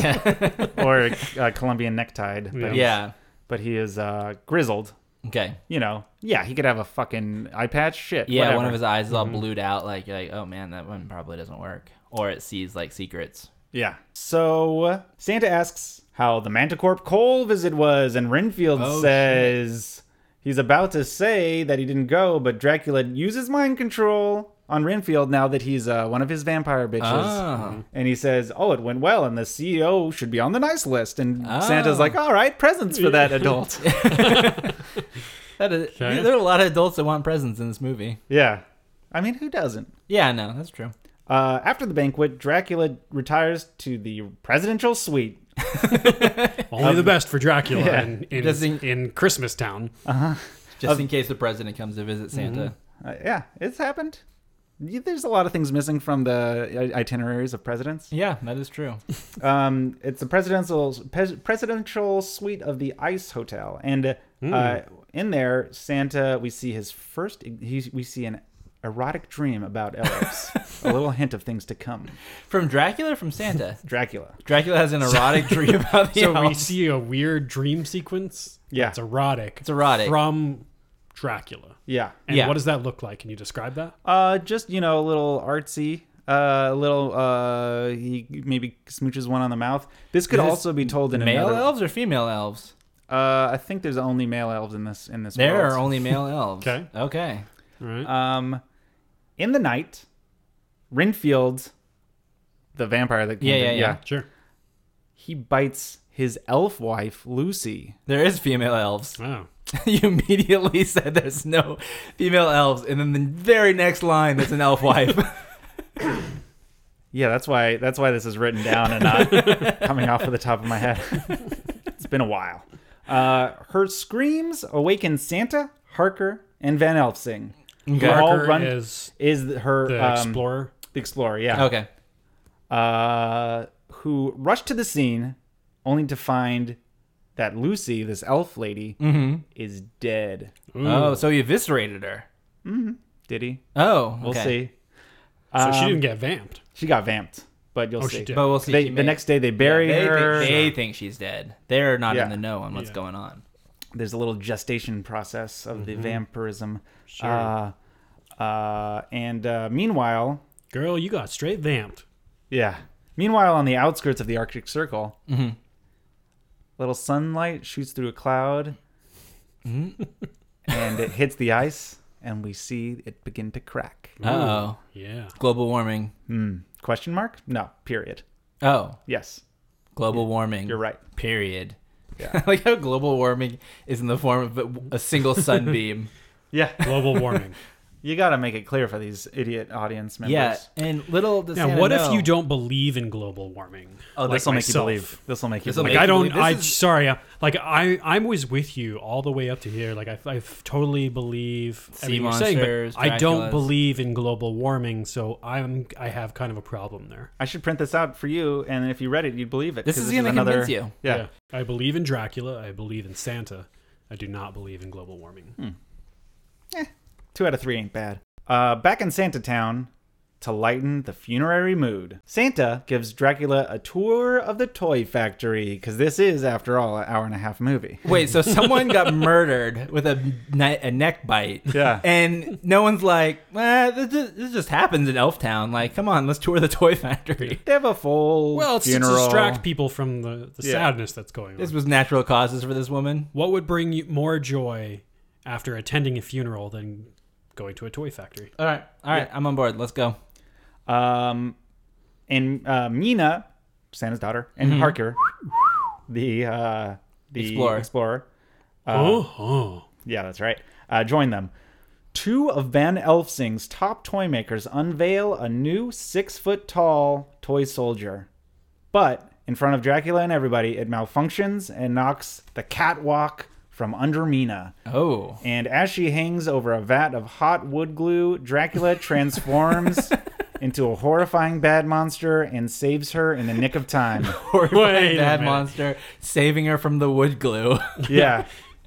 Speaker 6: or uh, Colombian necktied. But,
Speaker 3: Yeah.
Speaker 6: but he is uh, grizzled.
Speaker 3: Okay.
Speaker 6: You know, yeah, he could have a fucking eye patch. Shit.
Speaker 3: Yeah, one
Speaker 6: whatever.
Speaker 3: of his eyes is all blued out. Like you're like, oh man, that one probably doesn't work. Or it sees like secrets.
Speaker 6: Yeah. So uh, Santa asks how the Manticorp Cole visit was, and Renfield
Speaker 3: Oh,
Speaker 6: says he's about to say that he didn't go, but Dracula uses mind control on Renfield now that he's uh, one of his vampire bitches.
Speaker 3: Oh.
Speaker 6: And he says, Oh, it went well, and the CEO should be on the nice list. And
Speaker 3: Ah.
Speaker 6: Santa's like, All right, presents for that adult.
Speaker 3: That is,
Speaker 2: Okay.
Speaker 3: There are a lot of adults that want presents in this movie.
Speaker 6: yeah. I mean, who doesn't?
Speaker 3: Yeah, no, that's true.
Speaker 6: Uh, after the banquet, Dracula retires to the presidential suite
Speaker 2: Only the best for Dracula
Speaker 6: Yeah.
Speaker 2: in, in,
Speaker 3: Does he-
Speaker 2: in Christmas Town.
Speaker 3: Just in case the president comes to visit Santa.
Speaker 6: Uh, yeah, it's happened. Y- There's a lot of things missing from the i- itineraries of presidents.
Speaker 3: Yeah, that is true.
Speaker 6: Um, it's the presidential pres- presidential suite of the Ice Hotel, and uh,
Speaker 3: Hmm.
Speaker 6: in there, Santa we see his first. He, we see an erotic dream about elves, a little hint of things to come.
Speaker 3: from Dracula, or from Santa.
Speaker 6: Dracula.
Speaker 3: Dracula has an erotic dream about the
Speaker 2: So we
Speaker 3: elves.
Speaker 2: see a weird dream sequence.
Speaker 6: Yeah.
Speaker 2: It's erotic.
Speaker 3: It's erotic.
Speaker 2: From Dracula.
Speaker 6: Yeah.
Speaker 2: And
Speaker 3: Yeah.
Speaker 2: what does that look like? Can you describe that?
Speaker 6: Uh, just you know, a little artsy. Uh, a little. Uh, he maybe smooches one on the mouth. This could
Speaker 3: Is this
Speaker 6: also be told in
Speaker 3: male
Speaker 6: another.
Speaker 3: elves or female elves?
Speaker 6: Uh, I think there's only male elves in this in this.
Speaker 3: There
Speaker 6: world.
Speaker 3: are only male elves.
Speaker 2: Okay.
Speaker 3: Okay.
Speaker 2: All right.
Speaker 6: Um, in the night, Renfield, the vampire that came
Speaker 3: Yeah,
Speaker 6: to-
Speaker 3: yeah, yeah.
Speaker 2: sure.
Speaker 6: he bites his elf wife Lucy.
Speaker 3: There is female elves.
Speaker 2: Wow.
Speaker 3: you immediately said there's no female elves, and then the very next line there's an elf wife.
Speaker 6: Yeah, that's why that's why this is written down and not coming off of the top of my head. it's been a while. Uh, her screams awaken Santa, Harker, and Van Elfsing. who all
Speaker 2: Parker
Speaker 6: run-
Speaker 2: is
Speaker 6: is her
Speaker 2: the
Speaker 6: um,
Speaker 2: explorer.
Speaker 6: the explorer, yeah.
Speaker 3: okay.
Speaker 6: uh, who rushed to the scene only to find that Lucy, this elf lady,
Speaker 3: Mm-hmm.
Speaker 6: is dead.
Speaker 3: Oh, so he eviscerated her.
Speaker 6: Did he?
Speaker 3: Oh,
Speaker 6: We'll
Speaker 3: okay.
Speaker 6: see.
Speaker 2: So she didn't get vamped.
Speaker 6: She got vamped, but you'll
Speaker 2: Oh,
Speaker 6: see.
Speaker 2: she did.
Speaker 3: But we'll see.
Speaker 6: They,
Speaker 3: He
Speaker 6: the
Speaker 3: may-
Speaker 6: next day, they bury
Speaker 3: they,
Speaker 6: her.
Speaker 3: think, they think she's dead. They're not
Speaker 6: Yeah.
Speaker 3: in the know on what's going on.
Speaker 6: There's a little gestation process of
Speaker 3: Mm-hmm.
Speaker 6: the vampirism. Sure. Uh, uh, and uh, meanwhile,
Speaker 2: Girl, you got straight vamped.
Speaker 6: yeah. Meanwhile, on the outskirts of the Arctic Circle, little sunlight shoots through a cloud, Mm-hmm. and it hits the ice, and we see it begin to crack.
Speaker 3: Oh,
Speaker 2: Yeah.
Speaker 3: global warming.
Speaker 6: Question mark? No. Period.
Speaker 3: Oh,
Speaker 6: Yes,
Speaker 3: global warming.
Speaker 6: you're right.
Speaker 3: Period. I like how global warming is in the form of a single sunbeam.
Speaker 6: Yeah,
Speaker 2: Global warming.
Speaker 6: you got to make it clear for these idiot audience members.
Speaker 3: yeah, and little. Does
Speaker 2: Now,
Speaker 3: Santa
Speaker 2: what if
Speaker 3: know-
Speaker 2: you don't believe in global warming?
Speaker 6: Oh, this will
Speaker 2: like
Speaker 6: make you
Speaker 2: myself?
Speaker 6: believe. This will make you
Speaker 3: This'll
Speaker 6: believe.
Speaker 2: Like, I don't.
Speaker 3: This
Speaker 2: I
Speaker 3: is-
Speaker 2: sorry. I, like I, I was with you all the way up to here. Like I, I totally believe everything you're saying,
Speaker 3: monsters,
Speaker 2: but I don't
Speaker 3: Draculas.
Speaker 2: believe in global warming. So I'm, I have kind of a problem there.
Speaker 6: I should print this out for you, and if you read it, you'd believe it.
Speaker 3: This
Speaker 6: 'cause
Speaker 3: is gonna convince you.
Speaker 6: Yeah.
Speaker 2: I believe in Dracula. I believe in
Speaker 6: Hmm.
Speaker 2: Santa. I do not believe in global warming.
Speaker 6: two out of three ain't bad. Uh, back in Santa Town, to lighten the funerary mood, Santa gives Dracula a tour of the toy factory because this is, after all, an hour and a half movie.
Speaker 3: Wait, so someone got murdered with a, ne- a neck bite.
Speaker 6: Yeah.
Speaker 3: And no one's like, eh, this, just, this just happens in Elftown. Like, come on, let's tour the toy factory.
Speaker 6: They have a full
Speaker 2: Well, it's
Speaker 6: funeral.
Speaker 2: to distract people from the, the sadness that's going on.
Speaker 3: This was natural causes for this woman.
Speaker 2: what would bring you more joy after attending a funeral than going to a toy factory?
Speaker 3: All right. All right. I'm on board. Let's go.
Speaker 6: Um, and uh, Mina, Santa's daughter, and
Speaker 2: Mm-hmm.
Speaker 6: Harker, the uh, the
Speaker 3: Explorer.
Speaker 2: oh, oh.
Speaker 6: Yeah, that's right. Uh, join them. Two of Van Elfsing's top toy makers unveil a new six foot tall toy soldier. But in front of Dracula and everybody, it malfunctions and knocks the catwalk from under Mina.
Speaker 3: Oh.
Speaker 6: And as she hangs over a vat of hot wood glue, Dracula transforms into a horrifying bad monster and saves her in the nick of time.
Speaker 3: Horrifying
Speaker 2: a
Speaker 3: bad
Speaker 2: minute.
Speaker 3: monster saving her from the wood glue.
Speaker 6: Yeah.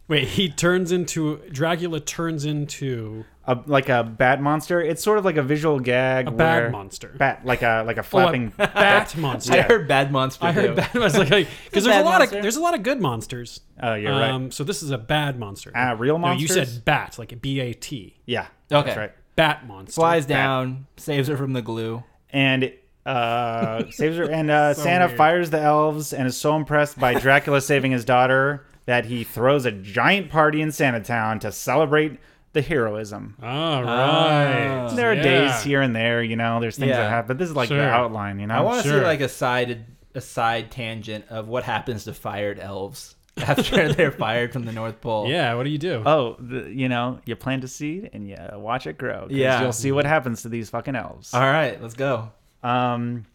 Speaker 2: Wait, he turns into Dracula turns into
Speaker 6: A, like a bat monster. It's sort of like a visual gag. A
Speaker 2: bad monster.
Speaker 6: Bat, like a like
Speaker 2: oh,
Speaker 6: a
Speaker 2: a
Speaker 6: flapping.
Speaker 2: bat monster.
Speaker 3: I heard bad monster.
Speaker 2: I
Speaker 3: too.
Speaker 2: heard bad. I was like, because there's a
Speaker 3: bad
Speaker 2: lot
Speaker 3: monster.
Speaker 2: of there's a lot of good monsters. Um,
Speaker 6: Oh, you're right.
Speaker 2: So this is a bad monster.
Speaker 6: Ah, real
Speaker 2: No, you
Speaker 6: monsters?
Speaker 2: said bat, like B A T.
Speaker 6: yeah.
Speaker 3: Okay.
Speaker 6: That's right.
Speaker 2: Bat monster.
Speaker 3: Flies down, saves her from the glue.
Speaker 6: And uh, saves her. And uh, Santa
Speaker 2: weird.
Speaker 6: fires the elves and is so impressed by Dracula saving his daughter that he throws a giant party in Santa Town to celebrate the heroism.
Speaker 2: All right.
Speaker 6: Ah. there are
Speaker 2: Oh, Yeah.
Speaker 6: days here and there, you know. There's things
Speaker 3: Yeah.
Speaker 6: that happen, but this is like the
Speaker 2: Sure.
Speaker 6: outline, you know.
Speaker 3: I want to
Speaker 2: Sure.
Speaker 3: see like a side a side tangent of what happens to fired elves after they're fired from the North Pole.
Speaker 2: Yeah. What do you do?
Speaker 6: Oh, the, you know, you plant a seed and you watch it grow. 'cause
Speaker 3: Yeah.
Speaker 6: you'll see what happens to these fucking elves.
Speaker 3: All right, let's go.
Speaker 6: Um,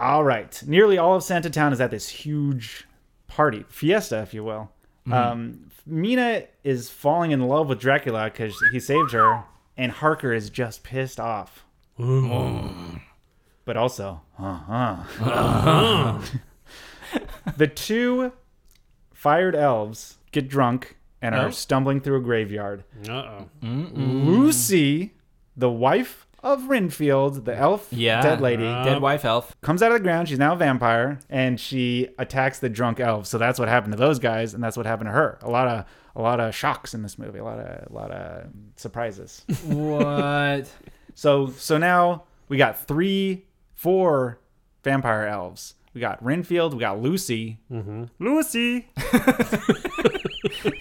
Speaker 6: all right. Nearly all of Santa Town is at this huge party, fiesta, if you will. Um, Mina is falling in love with Dracula because he saved her, and Harker is just pissed off. But also, uh-huh. the two fired elves get drunk and are stumbling through a graveyard.
Speaker 2: Uh oh.
Speaker 6: Lucy, the wife of Renfield, the elf
Speaker 3: Yeah.
Speaker 6: dead lady,
Speaker 3: Dead wife elf.
Speaker 6: comes out of the ground. She's now a vampire, and she attacks the drunk elves. So that's what happened to those guys, and that's what happened to her. A lot of a lot of shocks in this movie. A lot of a lot of surprises.
Speaker 3: What?
Speaker 6: so so now we got three, four vampire elves. We got Renfield. We got Lucy. Lucy.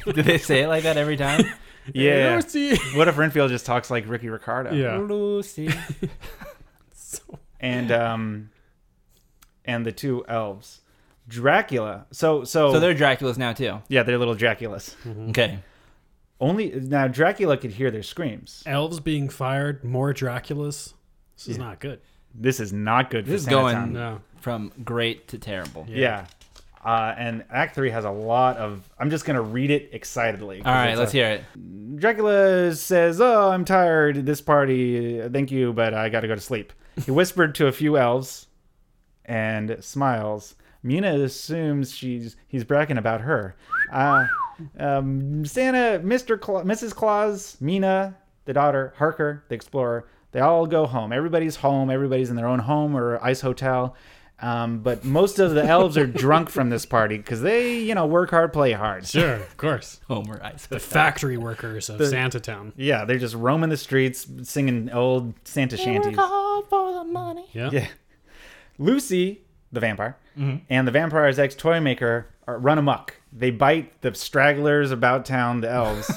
Speaker 3: Do they say it like that every time?
Speaker 6: Yeah.
Speaker 2: Lucy.
Speaker 6: What if Renfield just talks like Ricky Ricardo?
Speaker 2: Yeah.
Speaker 3: Lucy.
Speaker 6: and um and the two elves dracula so so,
Speaker 3: So they're Dracula's now too.
Speaker 6: yeah they're little draculas
Speaker 3: Okay.
Speaker 6: only now dracula could hear their screams
Speaker 2: Elves being fired. More Draculas. This is not good.
Speaker 6: this is not good
Speaker 3: This
Speaker 6: for
Speaker 3: is
Speaker 6: Santa
Speaker 3: going-
Speaker 6: Town.
Speaker 2: No.
Speaker 3: From great to terrible.
Speaker 6: yeah, Uh, and Act Three has a lot of. I'm just gonna read it excitedly. 'cause
Speaker 3: All
Speaker 6: it's
Speaker 3: right,
Speaker 6: a-
Speaker 3: let's hear it.
Speaker 6: Dracula says, "Oh, I'm tired. This party. uh, Thank you, but I got to go to sleep." He whispered to a few elves, and smiles. Mina assumes she's he's bragging about her. Uh, um, Santa, Mister, Cla- Mrs. Claus, Mina, the daughter, Harker, the explorer. They all go home. Everybody's home. Everybody's in their own home or ice hotel. Um, but most of the elves are drunk from this party because they, you know, work hard, play hard.
Speaker 2: Sure. Of course.
Speaker 3: Homer Ice.
Speaker 2: The factory workers of Santa Town.
Speaker 6: Yeah, they're just roaming the streets singing old Santa shanties.
Speaker 2: Yeah.
Speaker 6: Yeah. Lucy, the vampire,
Speaker 3: Mm-hmm.
Speaker 6: and the vampire's ex toy maker are run amok. They bite the stragglers about town, the elves,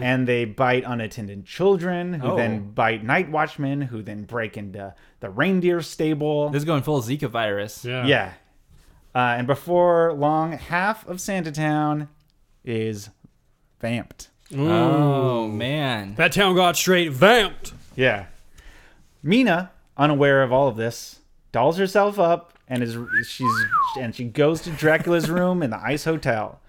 Speaker 6: and they bite unattended children, who
Speaker 3: Mm-hmm. Oh.
Speaker 6: then bite night watchmen, who then break into the reindeer stable.
Speaker 3: This is going full Zika virus.
Speaker 2: Yeah.
Speaker 6: yeah. Uh, and before long, half of Santa Town is vamped.
Speaker 3: Oh man.
Speaker 2: That town got straight vamped.
Speaker 6: Yeah. Mina, unaware of all of this, dolls herself up and is she's and she goes to Dracula's room in the ice hotel,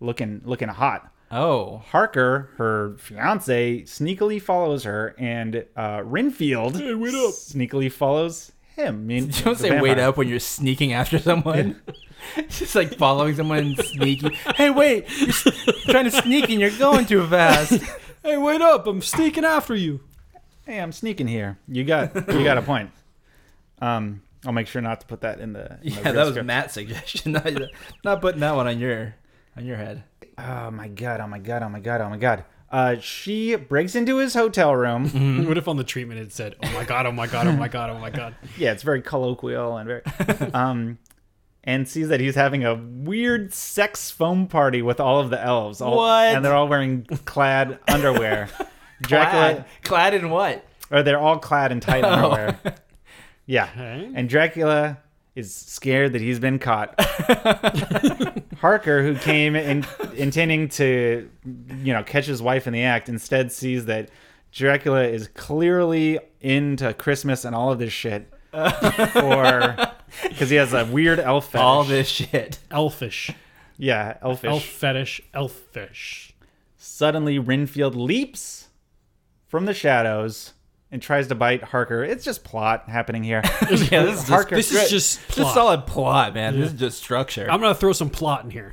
Speaker 6: looking looking hot.
Speaker 3: Oh.
Speaker 6: Harker, her fiance, sneakily follows her, and uh, Renfield
Speaker 2: wait up.
Speaker 6: sneakily follows him. I mean,
Speaker 3: Don't
Speaker 6: the
Speaker 3: say wait
Speaker 6: vampire.
Speaker 3: up when you're sneaking after someone. Just like following someone and sneaking. Hey, wait! You're s- trying to sneak and you're going too fast.
Speaker 2: Hey, wait up! I'm sneaking after you.
Speaker 6: hey, I'm sneaking here. You got you got a point. Um, I'll make sure not to put that in the. in the
Speaker 3: Yeah,
Speaker 6: real
Speaker 3: that was
Speaker 6: script.
Speaker 3: Matt's suggestion. not, not putting that one on your on your head.
Speaker 6: Oh my god! Oh my god! Oh my god! Oh my god! Uh, she breaks into his hotel room.
Speaker 2: Hmm. what if on the treatment it said, "Oh my god, oh my god, oh my god, oh my god"?
Speaker 6: yeah, it's very colloquial and very um and sees that he's having a weird sex foam party with all of the elves. All,
Speaker 3: What?
Speaker 6: And they're all wearing clad underwear. Dracula
Speaker 3: Clad, clad in what?
Speaker 6: or they're all clad in tight underwear.
Speaker 3: Oh.
Speaker 6: Yeah.
Speaker 2: Okay.
Speaker 6: And Dracula is scared that he's been caught. Harker, who came in, intending to, you know, catch his wife in the act, instead sees that Dracula is clearly into Christmas and all of this shit for because he has a weird elf fetish.
Speaker 3: All this shit.
Speaker 2: Elfish,
Speaker 6: yeah, elfish.
Speaker 2: elf fetish, elfish.
Speaker 6: Suddenly, Renfield leaps from the shadows and tries to bite Harker. It's just plot happening here.
Speaker 3: Yeah, this is
Speaker 6: Harker-
Speaker 3: this
Speaker 2: This
Speaker 3: is
Speaker 2: is just
Speaker 3: just
Speaker 2: plot.
Speaker 3: solid plot, man. This is just structure.
Speaker 2: I'm gonna throw some plot in here.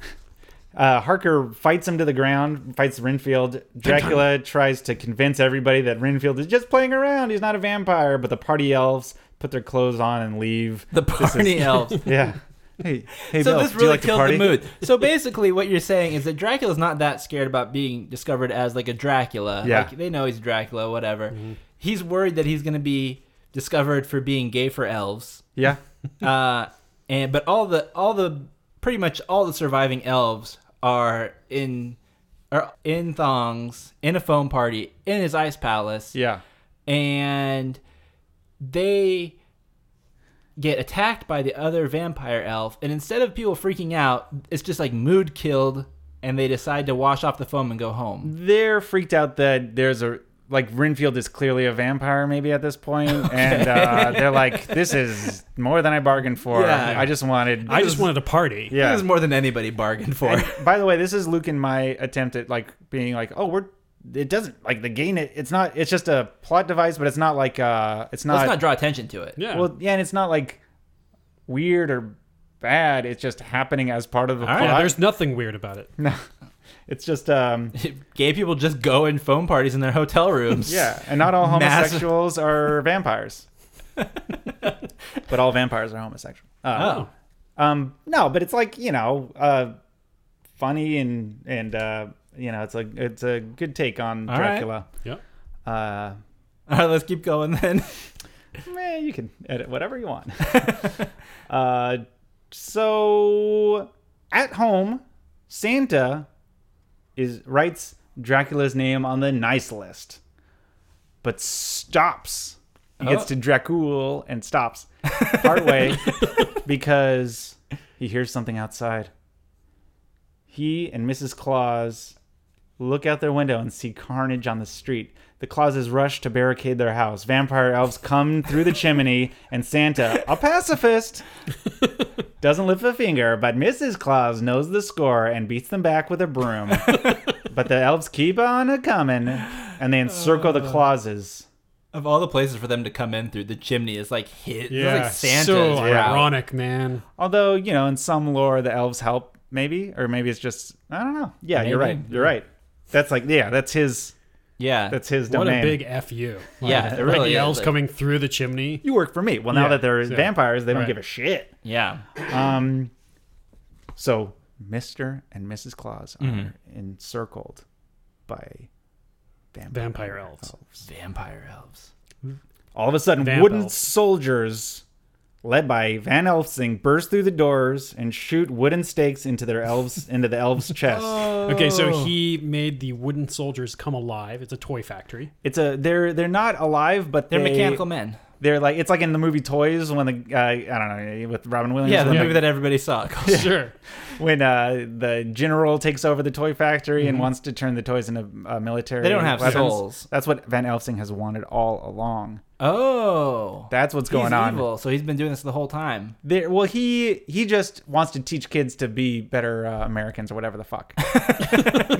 Speaker 6: Uh, Harker fights him to the ground, fights Renfield. Dracula tries to convince everybody that Renfield is just playing around. He's not a vampire, but the party elves put their clothes on and leave.
Speaker 3: the party elves.
Speaker 6: yeah. Hey, hey,
Speaker 3: so
Speaker 6: Bill,
Speaker 3: this
Speaker 6: do you
Speaker 3: really
Speaker 6: like to
Speaker 3: killed
Speaker 6: party?
Speaker 3: the mood. So basically, what you're saying is that Dracula's not that scared about being discovered as like a Dracula.
Speaker 6: Yeah. Mm-hmm.
Speaker 3: Like, they know he's Dracula, whatever. He's worried that he's going to be discovered for being gay for elves.
Speaker 6: Yeah.
Speaker 3: uh, and but all the all the pretty much all the surviving elves are in are in thongs in a foam party in his ice palace
Speaker 6: Yeah.
Speaker 3: and they get attacked by the other vampire elf and instead of people freaking out it's just like mood killed and they decide to wash off the foam and go home
Speaker 6: They're freaked out that there's a like Renfield is clearly a vampire maybe at this point, and uh, they're like, "This is more than I bargained for.
Speaker 3: Yeah.
Speaker 6: I just wanted.
Speaker 2: I just wanted to party.
Speaker 6: Yeah.
Speaker 3: this is more than anybody bargained for
Speaker 6: By the way, this is Luke and my attempt at like being like, oh, we're it doesn't like the gain. It, it's not. It's just a plot device, but it's not like uh, it's not.
Speaker 3: let's not draw attention to it
Speaker 2: Yeah.
Speaker 6: Well, yeah, and it's not like weird or bad. It's just happening as part of the plot.
Speaker 2: yeah, there's nothing weird about it.
Speaker 6: it's just um,
Speaker 3: gay people just go in foam parties in their hotel rooms
Speaker 6: yeah, and not all
Speaker 3: Mass-
Speaker 6: homosexuals are vampires, but all vampires are homosexual. Uh,
Speaker 2: Oh.
Speaker 6: Um, no, but it's like you know, uh, funny and and uh, you know, it's a it's a good take on
Speaker 3: All right.
Speaker 6: Dracula.
Speaker 2: Yeah.
Speaker 6: Uh,
Speaker 3: all right let's keep going then
Speaker 6: Eh, you can edit whatever you want. uh, so at home, Santa is writes Dracula's name on the nice list, but stops. He gets
Speaker 3: Oh.
Speaker 6: to Dracul and stops partway because he hears something outside. He and Mrs. Claus look out their window and see carnage on the street. The Clauses rush to barricade their house. Vampire elves come through the chimney, and Santa, a pacifist, doesn't lift a finger, but Mrs. Claus knows the score and beats them back with a broom. but the elves keep on a coming, and they encircle
Speaker 2: Uh.
Speaker 6: the Clauses.
Speaker 3: of all the places for them to come in through the chimney is like hit
Speaker 2: Yeah.
Speaker 3: it's like santa's
Speaker 2: so
Speaker 3: route.
Speaker 2: ironic, man.
Speaker 6: Although, you know, in some lore, the elves help, maybe, or maybe it's just, I don't know. Yeah, you're
Speaker 3: Maybe.
Speaker 6: right. You're right. That's like, yeah, that's his.
Speaker 3: yeah
Speaker 6: That's his
Speaker 2: What
Speaker 6: domain.
Speaker 2: a big fu. Like,
Speaker 3: Yeah, it
Speaker 2: like
Speaker 3: really
Speaker 2: the
Speaker 3: is,
Speaker 2: elves
Speaker 3: like-
Speaker 2: coming through the chimney.
Speaker 6: you work for me. Well, now
Speaker 2: Yeah,
Speaker 6: that they're
Speaker 2: so-
Speaker 6: vampires, they don't
Speaker 2: right.
Speaker 6: give a shit.
Speaker 3: yeah
Speaker 6: Um, so Mr. and Mrs. Claus are
Speaker 2: Mm-hmm.
Speaker 6: encircled by vampire,
Speaker 2: Vampire elves.
Speaker 3: vampire elves
Speaker 6: All of a sudden,
Speaker 2: Vamp
Speaker 6: wooden
Speaker 2: elves.
Speaker 6: soldiers led by Van Helsing burst through the doors and shoot wooden stakes into their elves into the elves' chest.
Speaker 2: Okay, so he made the wooden soldiers come alive. It's a toy factory.
Speaker 6: It's a they're they're not alive, but
Speaker 3: they're
Speaker 6: they-
Speaker 3: mechanical men
Speaker 6: They're like it's like in the movie Toys when the guy I don't know with Robin Williams.
Speaker 3: yeah the
Speaker 6: when
Speaker 3: movie that everybody saw
Speaker 2: Sure.
Speaker 6: when uh, the general takes over the toy factory and wants to turn the toys into uh, military.
Speaker 3: Mm-hmm. They don't have
Speaker 6: weapons.
Speaker 3: souls.
Speaker 6: That's what Van Helsing has wanted all along.
Speaker 3: oh
Speaker 6: That's what's going
Speaker 3: he's
Speaker 6: on.
Speaker 3: evil, so he's been doing this the whole time.
Speaker 6: There, well, he he just wants to teach kids to be better uh, Americans or whatever the fuck.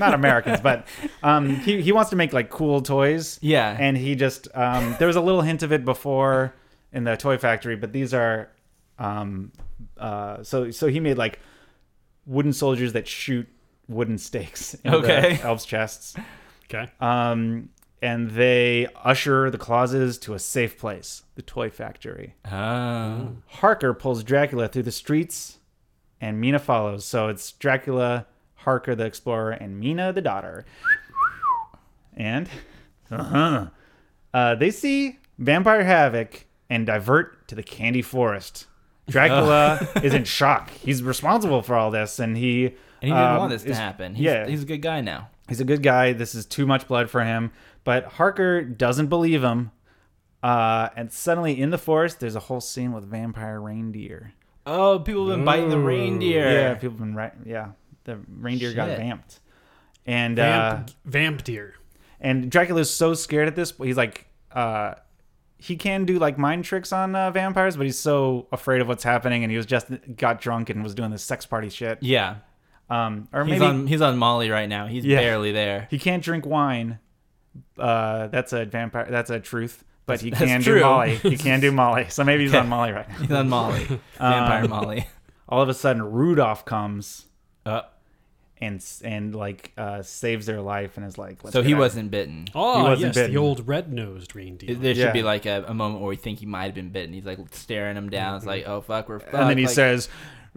Speaker 6: Not Americans, but um, he he wants to make like cool toys.
Speaker 3: Yeah.
Speaker 6: and he just um, there was a little hint of it before in the toy factory, but these are um, uh, so so he made like wooden soldiers that shoot wooden stakes into the
Speaker 3: Okay. Uh,
Speaker 6: elves' chests.
Speaker 2: Okay.
Speaker 6: Um, and they usher the clauses to a safe place, the toy factory.
Speaker 3: Oh.
Speaker 6: Harker pulls Dracula through the streets, and Mina follows. So it's Dracula, Harker the explorer, and Mina the daughter. And uh-huh. uh, they see vampire havoc and divert to the candy forest. Dracula is in shock. He's responsible for all this, and he
Speaker 3: Uh. And he didn't
Speaker 6: um,
Speaker 3: want this to
Speaker 6: is-
Speaker 3: happen. He's,
Speaker 6: yeah,
Speaker 3: he's a good guy now.
Speaker 6: he's a good guy. This is too much blood for him. But Harker doesn't believe him. Uh, and suddenly in the forest, there's a whole scene with vampire reindeer.
Speaker 3: Oh, people have been biting the reindeer.
Speaker 6: Yeah, people have been right. Yeah, the reindeer got
Speaker 3: Shit.
Speaker 6: vamped, and
Speaker 2: Vamp,
Speaker 6: uh,
Speaker 2: vamp deer.
Speaker 6: and Dracula's so scared at this. He's like, uh, he can do like mind tricks on uh, vampires, but he's so afraid of what's happening, and he was just got drunk and was doing this sex party shit.
Speaker 3: Yeah.
Speaker 6: Um, or
Speaker 3: He's
Speaker 6: maybe
Speaker 3: on he's on Molly right now. He's
Speaker 6: Yeah.
Speaker 3: barely there.
Speaker 6: he can't drink wine. Uh, that's a vampire. That's a truth. But he
Speaker 3: That's- that's
Speaker 6: can
Speaker 3: true.
Speaker 6: do Molly. He can do Molly. So maybe he's on Molly right now.
Speaker 3: He's on Molly.
Speaker 6: Um,
Speaker 3: Vampire Molly.
Speaker 6: All of a sudden, Rudolph comes
Speaker 3: Uh,
Speaker 6: and s- and like uh, saves their life and is like. Let's
Speaker 3: so
Speaker 6: get
Speaker 3: he
Speaker 6: out.
Speaker 3: wasn't bitten.
Speaker 2: Oh,
Speaker 6: wasn't
Speaker 2: yes,
Speaker 6: bitten.
Speaker 2: the old red-nosed reindeer.
Speaker 3: There should
Speaker 6: Yeah.
Speaker 3: be like a, a moment where we think he might have been bitten. He's like staring him down. It's like, oh fuck, we're fucked.
Speaker 6: Mm-hmm. and then he
Speaker 3: like,
Speaker 6: says,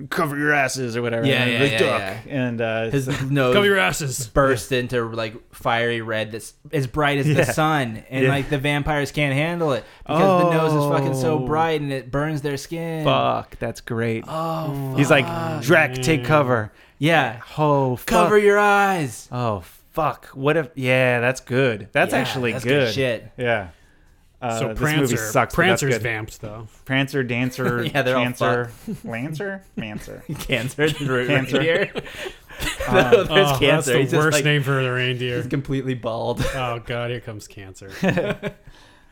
Speaker 6: "Cover your asses" or whatever.
Speaker 3: Yeah,
Speaker 6: and
Speaker 3: yeah,
Speaker 6: they
Speaker 3: yeah,
Speaker 6: duck.
Speaker 3: yeah.
Speaker 6: And uh,
Speaker 3: his
Speaker 2: Cover
Speaker 3: nose
Speaker 2: your asses.
Speaker 3: burst into like fiery red that's as bright as the sun, and
Speaker 6: Yeah.
Speaker 3: like the vampires can't handle it because the nose is fucking so
Speaker 6: Oh.
Speaker 3: bright and it burns their skin.
Speaker 6: fuck, that's great. Oh, he's like, "Drac, take cover."
Speaker 3: Yeah,
Speaker 6: Oh, fuck.
Speaker 3: cover your eyes.
Speaker 6: Oh, fuck. What if? Yeah, that's good. That's
Speaker 3: Yeah,
Speaker 6: actually
Speaker 3: that's good
Speaker 6: good.
Speaker 3: shit.
Speaker 6: Yeah. Uh,
Speaker 2: so
Speaker 6: this
Speaker 2: Prancer,
Speaker 6: movie sucks. but that's
Speaker 2: Prancer's
Speaker 6: good.
Speaker 2: vamped though.
Speaker 6: Prancer, Dancer,
Speaker 3: Yeah, they're all
Speaker 6: Chancer, Lancer, Mancer.
Speaker 3: Cancer,
Speaker 6: Cancer.
Speaker 3: reindeer. no, there's
Speaker 2: Oh, that's
Speaker 3: cancer.
Speaker 2: the
Speaker 3: He's
Speaker 2: worst
Speaker 3: just like
Speaker 2: name for the reindeer.
Speaker 3: completely bald.
Speaker 2: Oh god, here comes cancer.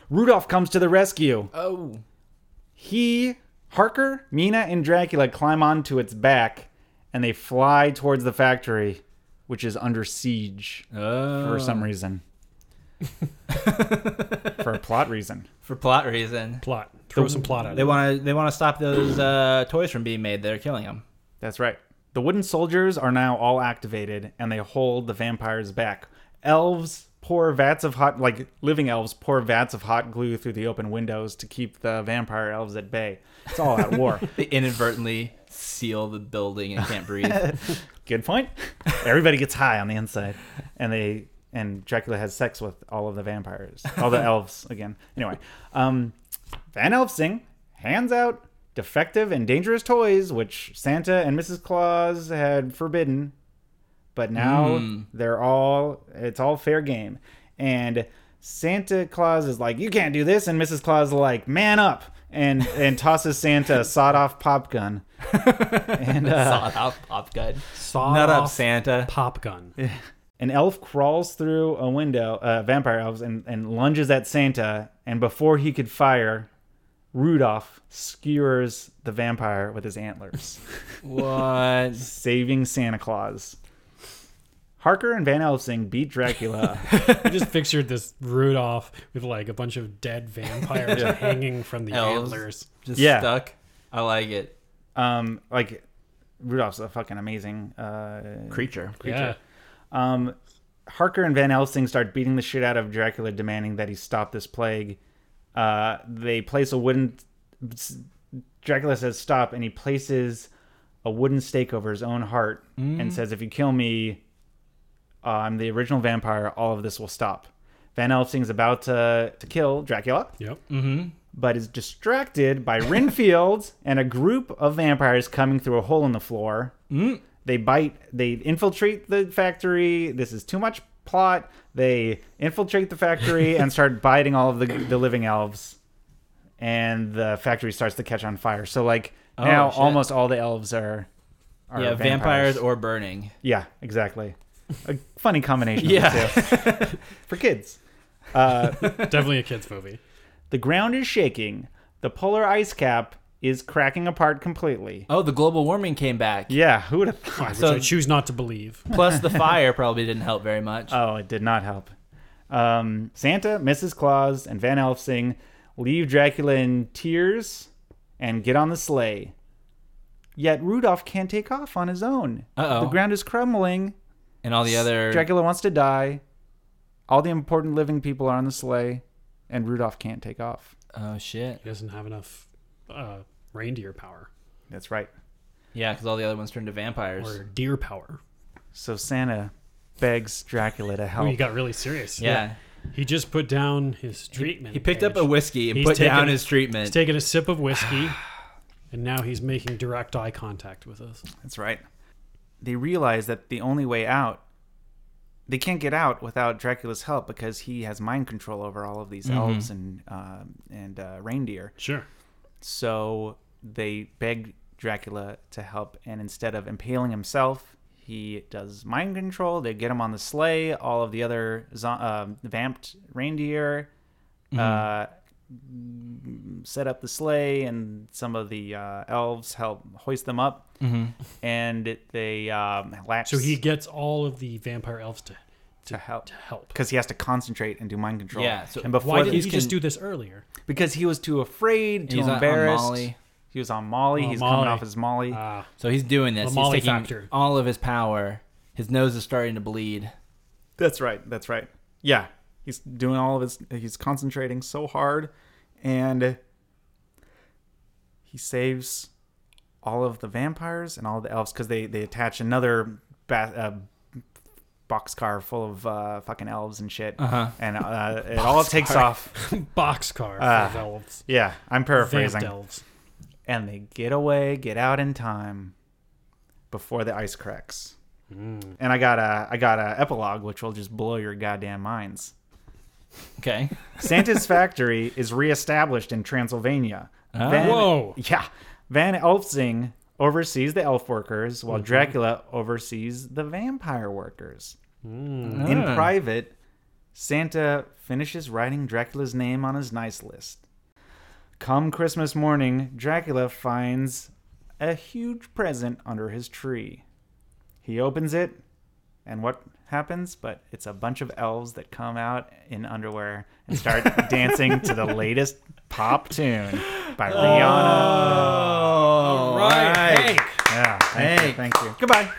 Speaker 6: Rudolph comes to the rescue.
Speaker 3: Oh,
Speaker 6: he, Harker, Mina, and Dracula climb onto its back and they fly towards the factory, which is under siege for some reason. for a plot reason.
Speaker 3: for plot reason.
Speaker 2: plot. Throw some plot out.
Speaker 3: They want to they want to stop those uh, toys from being made. They're killing them.
Speaker 6: That's right. The wooden soldiers are now all activated and they hold the vampires back. Elves pour vats of hot, like living elves, pour vats of hot glue through the open windows to keep the vampire elves at bay. It's all out war.
Speaker 3: They inadvertently seal the building and can't breathe.
Speaker 6: Good point. Everybody gets high on the inside, and they and Dracula has sex with all of the vampires, all the elves again. Anyway, um, Van Helsing hands out defective and dangerous toys, which Santa and Mrs. Claus had forbidden, but now
Speaker 3: Hmm.
Speaker 6: they're all it's all fair game, and Santa Claus is like, "You can't do this," and Mrs. Claus is like, "Man up." And, and tosses Santa a sawed off pop gun. And, uh,
Speaker 3: Sawed off pop gun.
Speaker 2: Sawed
Speaker 3: Nut up,
Speaker 2: off
Speaker 3: Santa.
Speaker 2: pop gun.
Speaker 6: an elf crawls through a window, uh, vampire elves, and, and lunges at Santa. And before he could fire, Rudolph skewers the vampire with his antlers,
Speaker 3: What?
Speaker 6: saving Santa Claus. Harker and Van Helsing beat Dracula.
Speaker 2: I just pictured this Rudolph with like a bunch of dead vampires hanging from the
Speaker 3: Elves.
Speaker 2: antlers.
Speaker 3: Just
Speaker 6: Yeah.
Speaker 3: stuck. I like it.
Speaker 6: um, like Rudolph's a fucking amazing uh,
Speaker 3: Creature.
Speaker 2: Yeah.
Speaker 6: Um, Harker and Van Helsing start beating the shit out of Dracula, demanding that he stop this plague. Uh, they place a wooden. Dracula says stop, and he places a wooden stake over his own heart and says, "If you kill me, uh, I'm the original vampire. All of this will stop." Van Helsing's about to, to kill Dracula,
Speaker 2: Yep. Mm-hmm.
Speaker 6: but is distracted by Renfield and a group of vampires coming through a hole in the floor.
Speaker 3: Mm.
Speaker 6: They bite, they infiltrate the factory. This is too much plot. They infiltrate the factory and start biting all of the, the living elves. And the factory starts to catch on fire. So, like, now
Speaker 3: Oh, shit.
Speaker 6: almost all the elves are. are
Speaker 3: Yeah, vampires. or burning.
Speaker 6: Yeah, exactly. A funny combination
Speaker 3: Yeah.
Speaker 6: of the two. For kids.
Speaker 2: Definitely a kids movie.
Speaker 6: The ground is shaking. The polar ice cap is cracking apart completely.
Speaker 3: Oh, the global warming came back.
Speaker 6: Yeah, who would have thought?
Speaker 2: Which I choose not to believe.
Speaker 3: Plus, the fire probably didn't help very much.
Speaker 2: Uh,
Speaker 6: Oh, it did not help. Um, Santa, Mrs. Claus, and Van Helsing leave Dracula in tears and get on the sleigh. Yet Rudolph can't take off on his own.
Speaker 3: Uh-oh. Er.
Speaker 6: The ground is crumbling.
Speaker 3: and all the other
Speaker 6: Dracula wants to die. All the important living people are on the sleigh, and Rudolph can't take off.
Speaker 3: Oh shit.
Speaker 2: He doesn't have enough uh, reindeer power
Speaker 6: That's right.
Speaker 3: Yeah, because all the other ones turned to vampires.
Speaker 2: or deer power.
Speaker 6: So Santa begs Dracula to
Speaker 2: Oh,
Speaker 6: help.
Speaker 2: he got really serious.
Speaker 3: Yeah.
Speaker 2: He just put down his treatment.
Speaker 3: He picked up
Speaker 2: page.
Speaker 3: a whiskey and
Speaker 2: He's
Speaker 3: put
Speaker 2: taken-
Speaker 3: down his
Speaker 2: He's
Speaker 3: treatment.
Speaker 2: taking a sip of whiskey, and now he's making direct eye contact with us.
Speaker 6: That's right. They realize that the only way out, they can't get out without Dracula's help because he has mind control over all of these elves and uh, and uh, reindeer.
Speaker 2: Sure.
Speaker 6: So they beg Dracula to help, and instead of impaling himself, he does mind control. They get him on the sleigh. All of the other zo- uh, vamped reindeer uh, set up the sleigh, and some of the uh, elves help hoist them up. And they um, lapse.
Speaker 2: So he gets all of the vampire elves to
Speaker 6: to help
Speaker 2: to help.
Speaker 6: because he has to concentrate and do mind control.
Speaker 3: Yeah, so
Speaker 6: and before
Speaker 2: Why didn't
Speaker 6: these
Speaker 2: he
Speaker 6: can-
Speaker 2: just do this earlier?
Speaker 6: because he was too afraid, too
Speaker 3: He's on- on
Speaker 6: embarrassed.
Speaker 3: Molly.
Speaker 6: He was on Molly.
Speaker 2: Oh,
Speaker 6: He's
Speaker 2: Molly.
Speaker 6: coming off his Molly.
Speaker 2: Ah,
Speaker 3: So he's doing this.
Speaker 2: Molly
Speaker 3: he's taking
Speaker 2: factor.
Speaker 3: all of his power. His nose is starting to bleed.
Speaker 6: That's right. That's right. Yeah. He's doing all of his, he's concentrating so hard and he saves all of the vampires and all the elves because they, they attach another ba- uh, boxcar full of uh, fucking elves and shit.
Speaker 3: Uh-huh.
Speaker 6: And uh, it all takes off.
Speaker 2: boxcar
Speaker 6: Ah,
Speaker 2: for elves.
Speaker 6: Yeah. I'm
Speaker 2: Vamped
Speaker 6: paraphrasing.
Speaker 2: elves.
Speaker 6: And they get away, get out in time before the ice cracks. And I got a I got a epilogue which will just blow your goddamn minds.
Speaker 3: Okay.
Speaker 6: Santa's factory is reestablished in Transylvania. Van,
Speaker 2: Whoa.
Speaker 6: Yeah. Van Elsing oversees the elf workers, while Dracula oversees the vampire workers. In
Speaker 3: Ah.
Speaker 6: private, Santa finishes writing Dracula's name on his nice list. Come Christmas morning, Dracula finds a huge present under his tree. He opens it, and what happens? But it's a bunch of elves that come out in underwear and start dancing to the latest pop tune by
Speaker 3: Oh.
Speaker 6: Rihanna.
Speaker 3: All
Speaker 2: Right. Hank.
Speaker 6: Yeah, thank you.
Speaker 3: Hey.
Speaker 6: Thank you. Goodbye.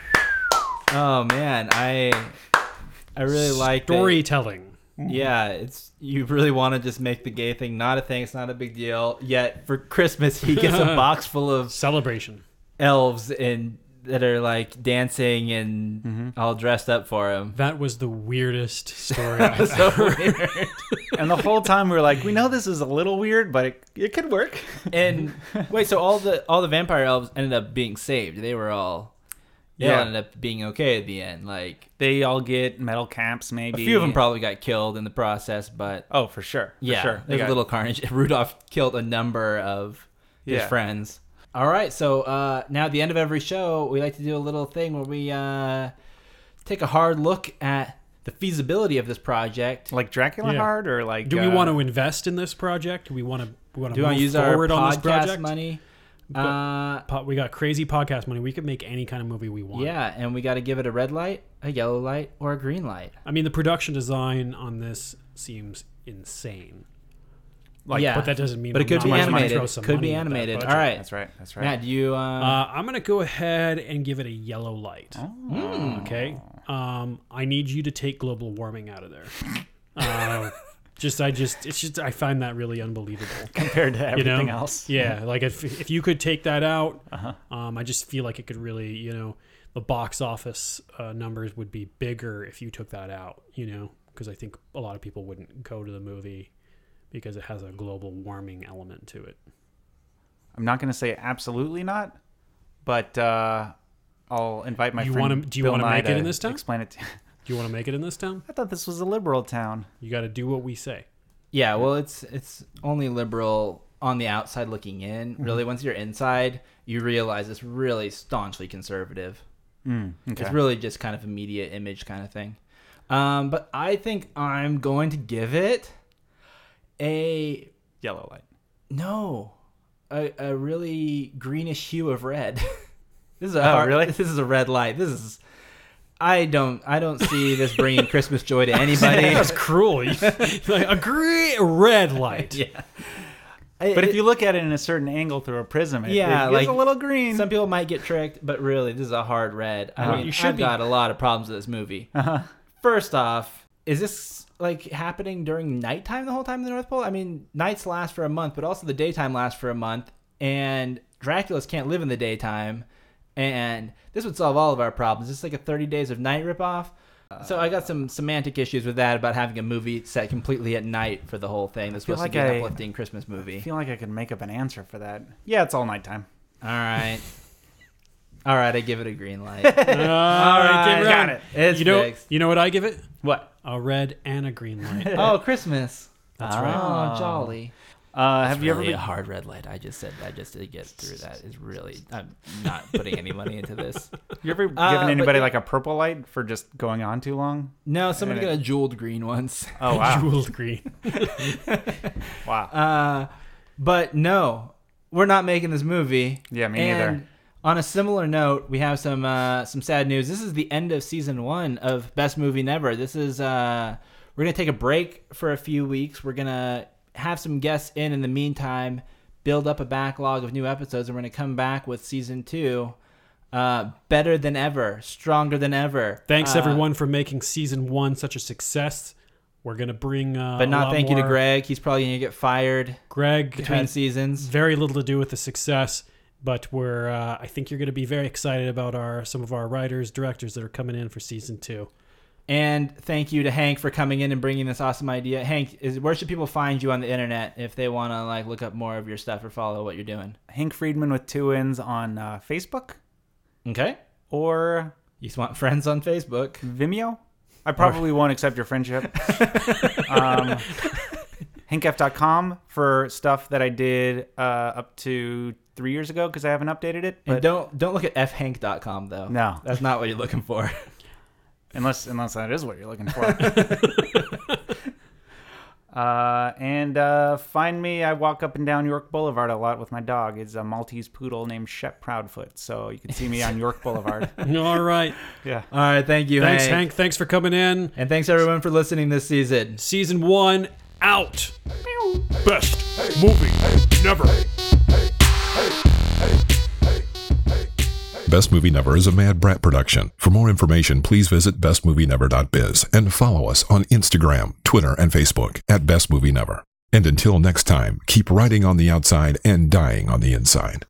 Speaker 3: Oh man, I I really like that-
Speaker 2: Storytelling.
Speaker 3: Yeah, it's you really want to just make the gay thing not a thing. It's not a big deal. Yet for Christmas, he gets a box full of
Speaker 2: Celebration.
Speaker 3: elves and that are like dancing and all dressed up for him.
Speaker 2: That was the weirdest story I've ever
Speaker 6: And the whole time we were like, we know this is a little weird, but it, it could work.
Speaker 3: And wait, so all the all the vampire elves ended up being saved. They were all they all
Speaker 6: Yeah.
Speaker 3: ended up being okay at the end. Like
Speaker 6: They all get metal caps, maybe.
Speaker 3: a few of them probably got killed in the process, but
Speaker 6: Oh, for sure. For
Speaker 3: yeah,
Speaker 6: sure. They
Speaker 3: there's a
Speaker 6: got-
Speaker 3: little carnage. Rudolph killed a number of his
Speaker 6: Yeah.
Speaker 3: friends. All right, so uh, now at the end of every show, we like to do a little thing where we uh, take a hard look at the feasibility of this project.
Speaker 6: like Dracula
Speaker 2: Yeah.
Speaker 6: hard or like.
Speaker 2: Do we
Speaker 6: uh,
Speaker 2: want to invest in this project? Do we want to we want to
Speaker 3: Do you want
Speaker 2: move
Speaker 3: to use our
Speaker 2: forward on this
Speaker 3: podcast
Speaker 2: project?
Speaker 3: money? Uh,
Speaker 2: Po- we got crazy podcast money. We could make any kind of movie we want.
Speaker 3: yeah, and we got to give it a red light, a yellow light, or a green light.
Speaker 2: I mean, the production design on this seems insane.
Speaker 6: Like,
Speaker 3: yeah,
Speaker 2: but that doesn't mean
Speaker 3: But it
Speaker 2: I'm
Speaker 3: could
Speaker 2: not
Speaker 3: be
Speaker 2: gonna
Speaker 3: animated.
Speaker 2: throw some
Speaker 3: could
Speaker 2: money
Speaker 3: be
Speaker 2: at that
Speaker 3: animated.
Speaker 2: budget.
Speaker 3: All right,
Speaker 6: That's right. That's right.
Speaker 3: Matt, do you? Uh,
Speaker 2: Uh, I'm gonna go ahead and give it a yellow light.
Speaker 3: Oh.
Speaker 2: Uh, Okay. Um, I need you to take global warming out of there. Uh, just, I just, it's just, I find that really unbelievable.
Speaker 6: Compared to
Speaker 2: you know?
Speaker 6: everything else. Uh-huh.
Speaker 2: Yeah, like if if you could take that out, um, I just feel like it could really, you know, the box office uh, numbers would be bigger if you took that out, you know, because I think a lot of people wouldn't go to the movie because it has a global warming element to it.
Speaker 6: I'm not going to say absolutely not, but uh, I'll invite my
Speaker 2: You
Speaker 6: friend.
Speaker 2: wanna- do you
Speaker 6: Bill
Speaker 2: wanna
Speaker 6: Nye
Speaker 2: make it
Speaker 6: to
Speaker 2: in this town?
Speaker 6: Explain it. To,
Speaker 2: Do you want to make it in this town?
Speaker 6: I thought this was a liberal town.
Speaker 2: You got to do what we say.
Speaker 3: yeah, well, it's it's only liberal on the outside looking in.
Speaker 2: Mm-hmm.
Speaker 3: Really, once you're inside, you realize it's really staunchly conservative.
Speaker 6: Mm,
Speaker 3: It's really just kind of a media image kind of thing. Um, but I think I'm going to give it a
Speaker 6: Yellow light.
Speaker 3: no, a, a really greenish hue of red. this is a
Speaker 6: Oh, really?
Speaker 3: This is a red light. This is. I don't. I don't see this bringing Christmas joy to anybody.
Speaker 2: That's cruel. You- like a great red light.
Speaker 6: But if you look at it in a certain angle through a prism, it,
Speaker 3: Yeah,
Speaker 6: it
Speaker 3: like-
Speaker 6: is a little green.
Speaker 3: Some people might get tricked, but
Speaker 6: Uh-huh.
Speaker 3: really, this is a hard red. I mean,
Speaker 2: You should
Speaker 3: I've
Speaker 2: be-
Speaker 3: got a lot of problems with this movie. First off, is this like happening during nighttime the whole time in the North Pole? I mean, nights last for a month, but also the daytime lasts for a month, and Dracula's can't live in the daytime, and this would solve all of our problems. It's like a 30 Days of Night ripoff. So I got some semantic issues with that about having a movie set completely at night for the whole thing. That's
Speaker 6: feel
Speaker 3: supposed
Speaker 6: like
Speaker 3: to be an
Speaker 6: I-
Speaker 3: uplifting Christmas movie.
Speaker 6: I feel like I could make up an answer for that. Yeah, it's all nighttime.
Speaker 3: All right. All right, I give it a green light.
Speaker 2: All right,
Speaker 3: right,
Speaker 2: Cameron.
Speaker 6: got it.
Speaker 3: It's
Speaker 2: You know,
Speaker 3: fixed.
Speaker 2: you know what I give it?
Speaker 6: What?
Speaker 2: A red and a green light.
Speaker 3: Oh, Christmas. That's
Speaker 6: right.
Speaker 3: Oh, jolly.
Speaker 6: Uh, have you ever
Speaker 3: really
Speaker 6: been?
Speaker 3: a hard red light. I just said I just to get through that is really I'm not putting any money into this.
Speaker 6: You ever
Speaker 3: Uh,
Speaker 6: given
Speaker 3: but
Speaker 6: anybody
Speaker 3: yeah.
Speaker 6: like a purple light for just going on too long?
Speaker 3: No, somebody
Speaker 6: got
Speaker 3: got a jeweled green once.
Speaker 6: Oh wow,
Speaker 2: Jeweled green.
Speaker 6: wow.
Speaker 3: Uh, but no, we're not making this movie.
Speaker 6: Yeah, me
Speaker 3: and
Speaker 6: neither.
Speaker 3: On a similar note, we have some uh, some sad news. This is the end of season one of Best Movie Never. This is uh, we're gonna take a break for a few weeks. We're gonna have some guests in in the meantime, build up a backlog of new episodes, and we're gonna come back with season two, uh, better than ever, stronger than ever.
Speaker 2: Thanks
Speaker 3: Uh,
Speaker 2: everyone for making season one such a success. We're gonna bring, uh,
Speaker 3: But
Speaker 2: a
Speaker 3: not
Speaker 2: lot
Speaker 3: thank you to
Speaker 2: more-
Speaker 3: Greg. He's probably gonna get fired
Speaker 2: Greg
Speaker 3: between
Speaker 2: had
Speaker 3: seasons.
Speaker 2: very little to do with the success, but we're. Uh, I think you're gonna be very excited about our some of our writers, directors that are coming in for season two.
Speaker 3: And thank you to Hank for coming in and bringing this awesome idea. Hank, is where should people find you on the internet if they want to like look up more of your stuff or follow what you're doing?
Speaker 6: Hank Friedman with two N's on uh, Facebook
Speaker 3: Okay.
Speaker 6: or
Speaker 3: You just want friends on Facebook.
Speaker 6: Vimeo. I probably won't accept your friendship. um, HankF.com for stuff that I did uh, up to three years ago because I haven't updated it.
Speaker 3: And
Speaker 6: But
Speaker 3: don't don't look at fhank.com though.
Speaker 6: No.
Speaker 3: That's not what you're looking for.
Speaker 6: unless unless that is what you're looking for. uh, and uh, find me. I walk up and down York Boulevard a lot with my dog. It's a Maltese poodle named Shep Proudfoot. So you can see me on York Boulevard.
Speaker 2: All right.
Speaker 6: Yeah.
Speaker 3: All right, thank you,
Speaker 2: Thanks,
Speaker 3: Hank.
Speaker 2: Hank. Thanks for coming in.
Speaker 3: And thanks everyone for listening this season.
Speaker 2: Season one out.
Speaker 5: Best movie never. Best Movie Never is a Mad Brat production. For more information, please visit bestmovienever.biz and follow us on Instagram, Twitter, and Facebook at Best Movie Never. And until next time, keep writing on the outside and dying on the inside.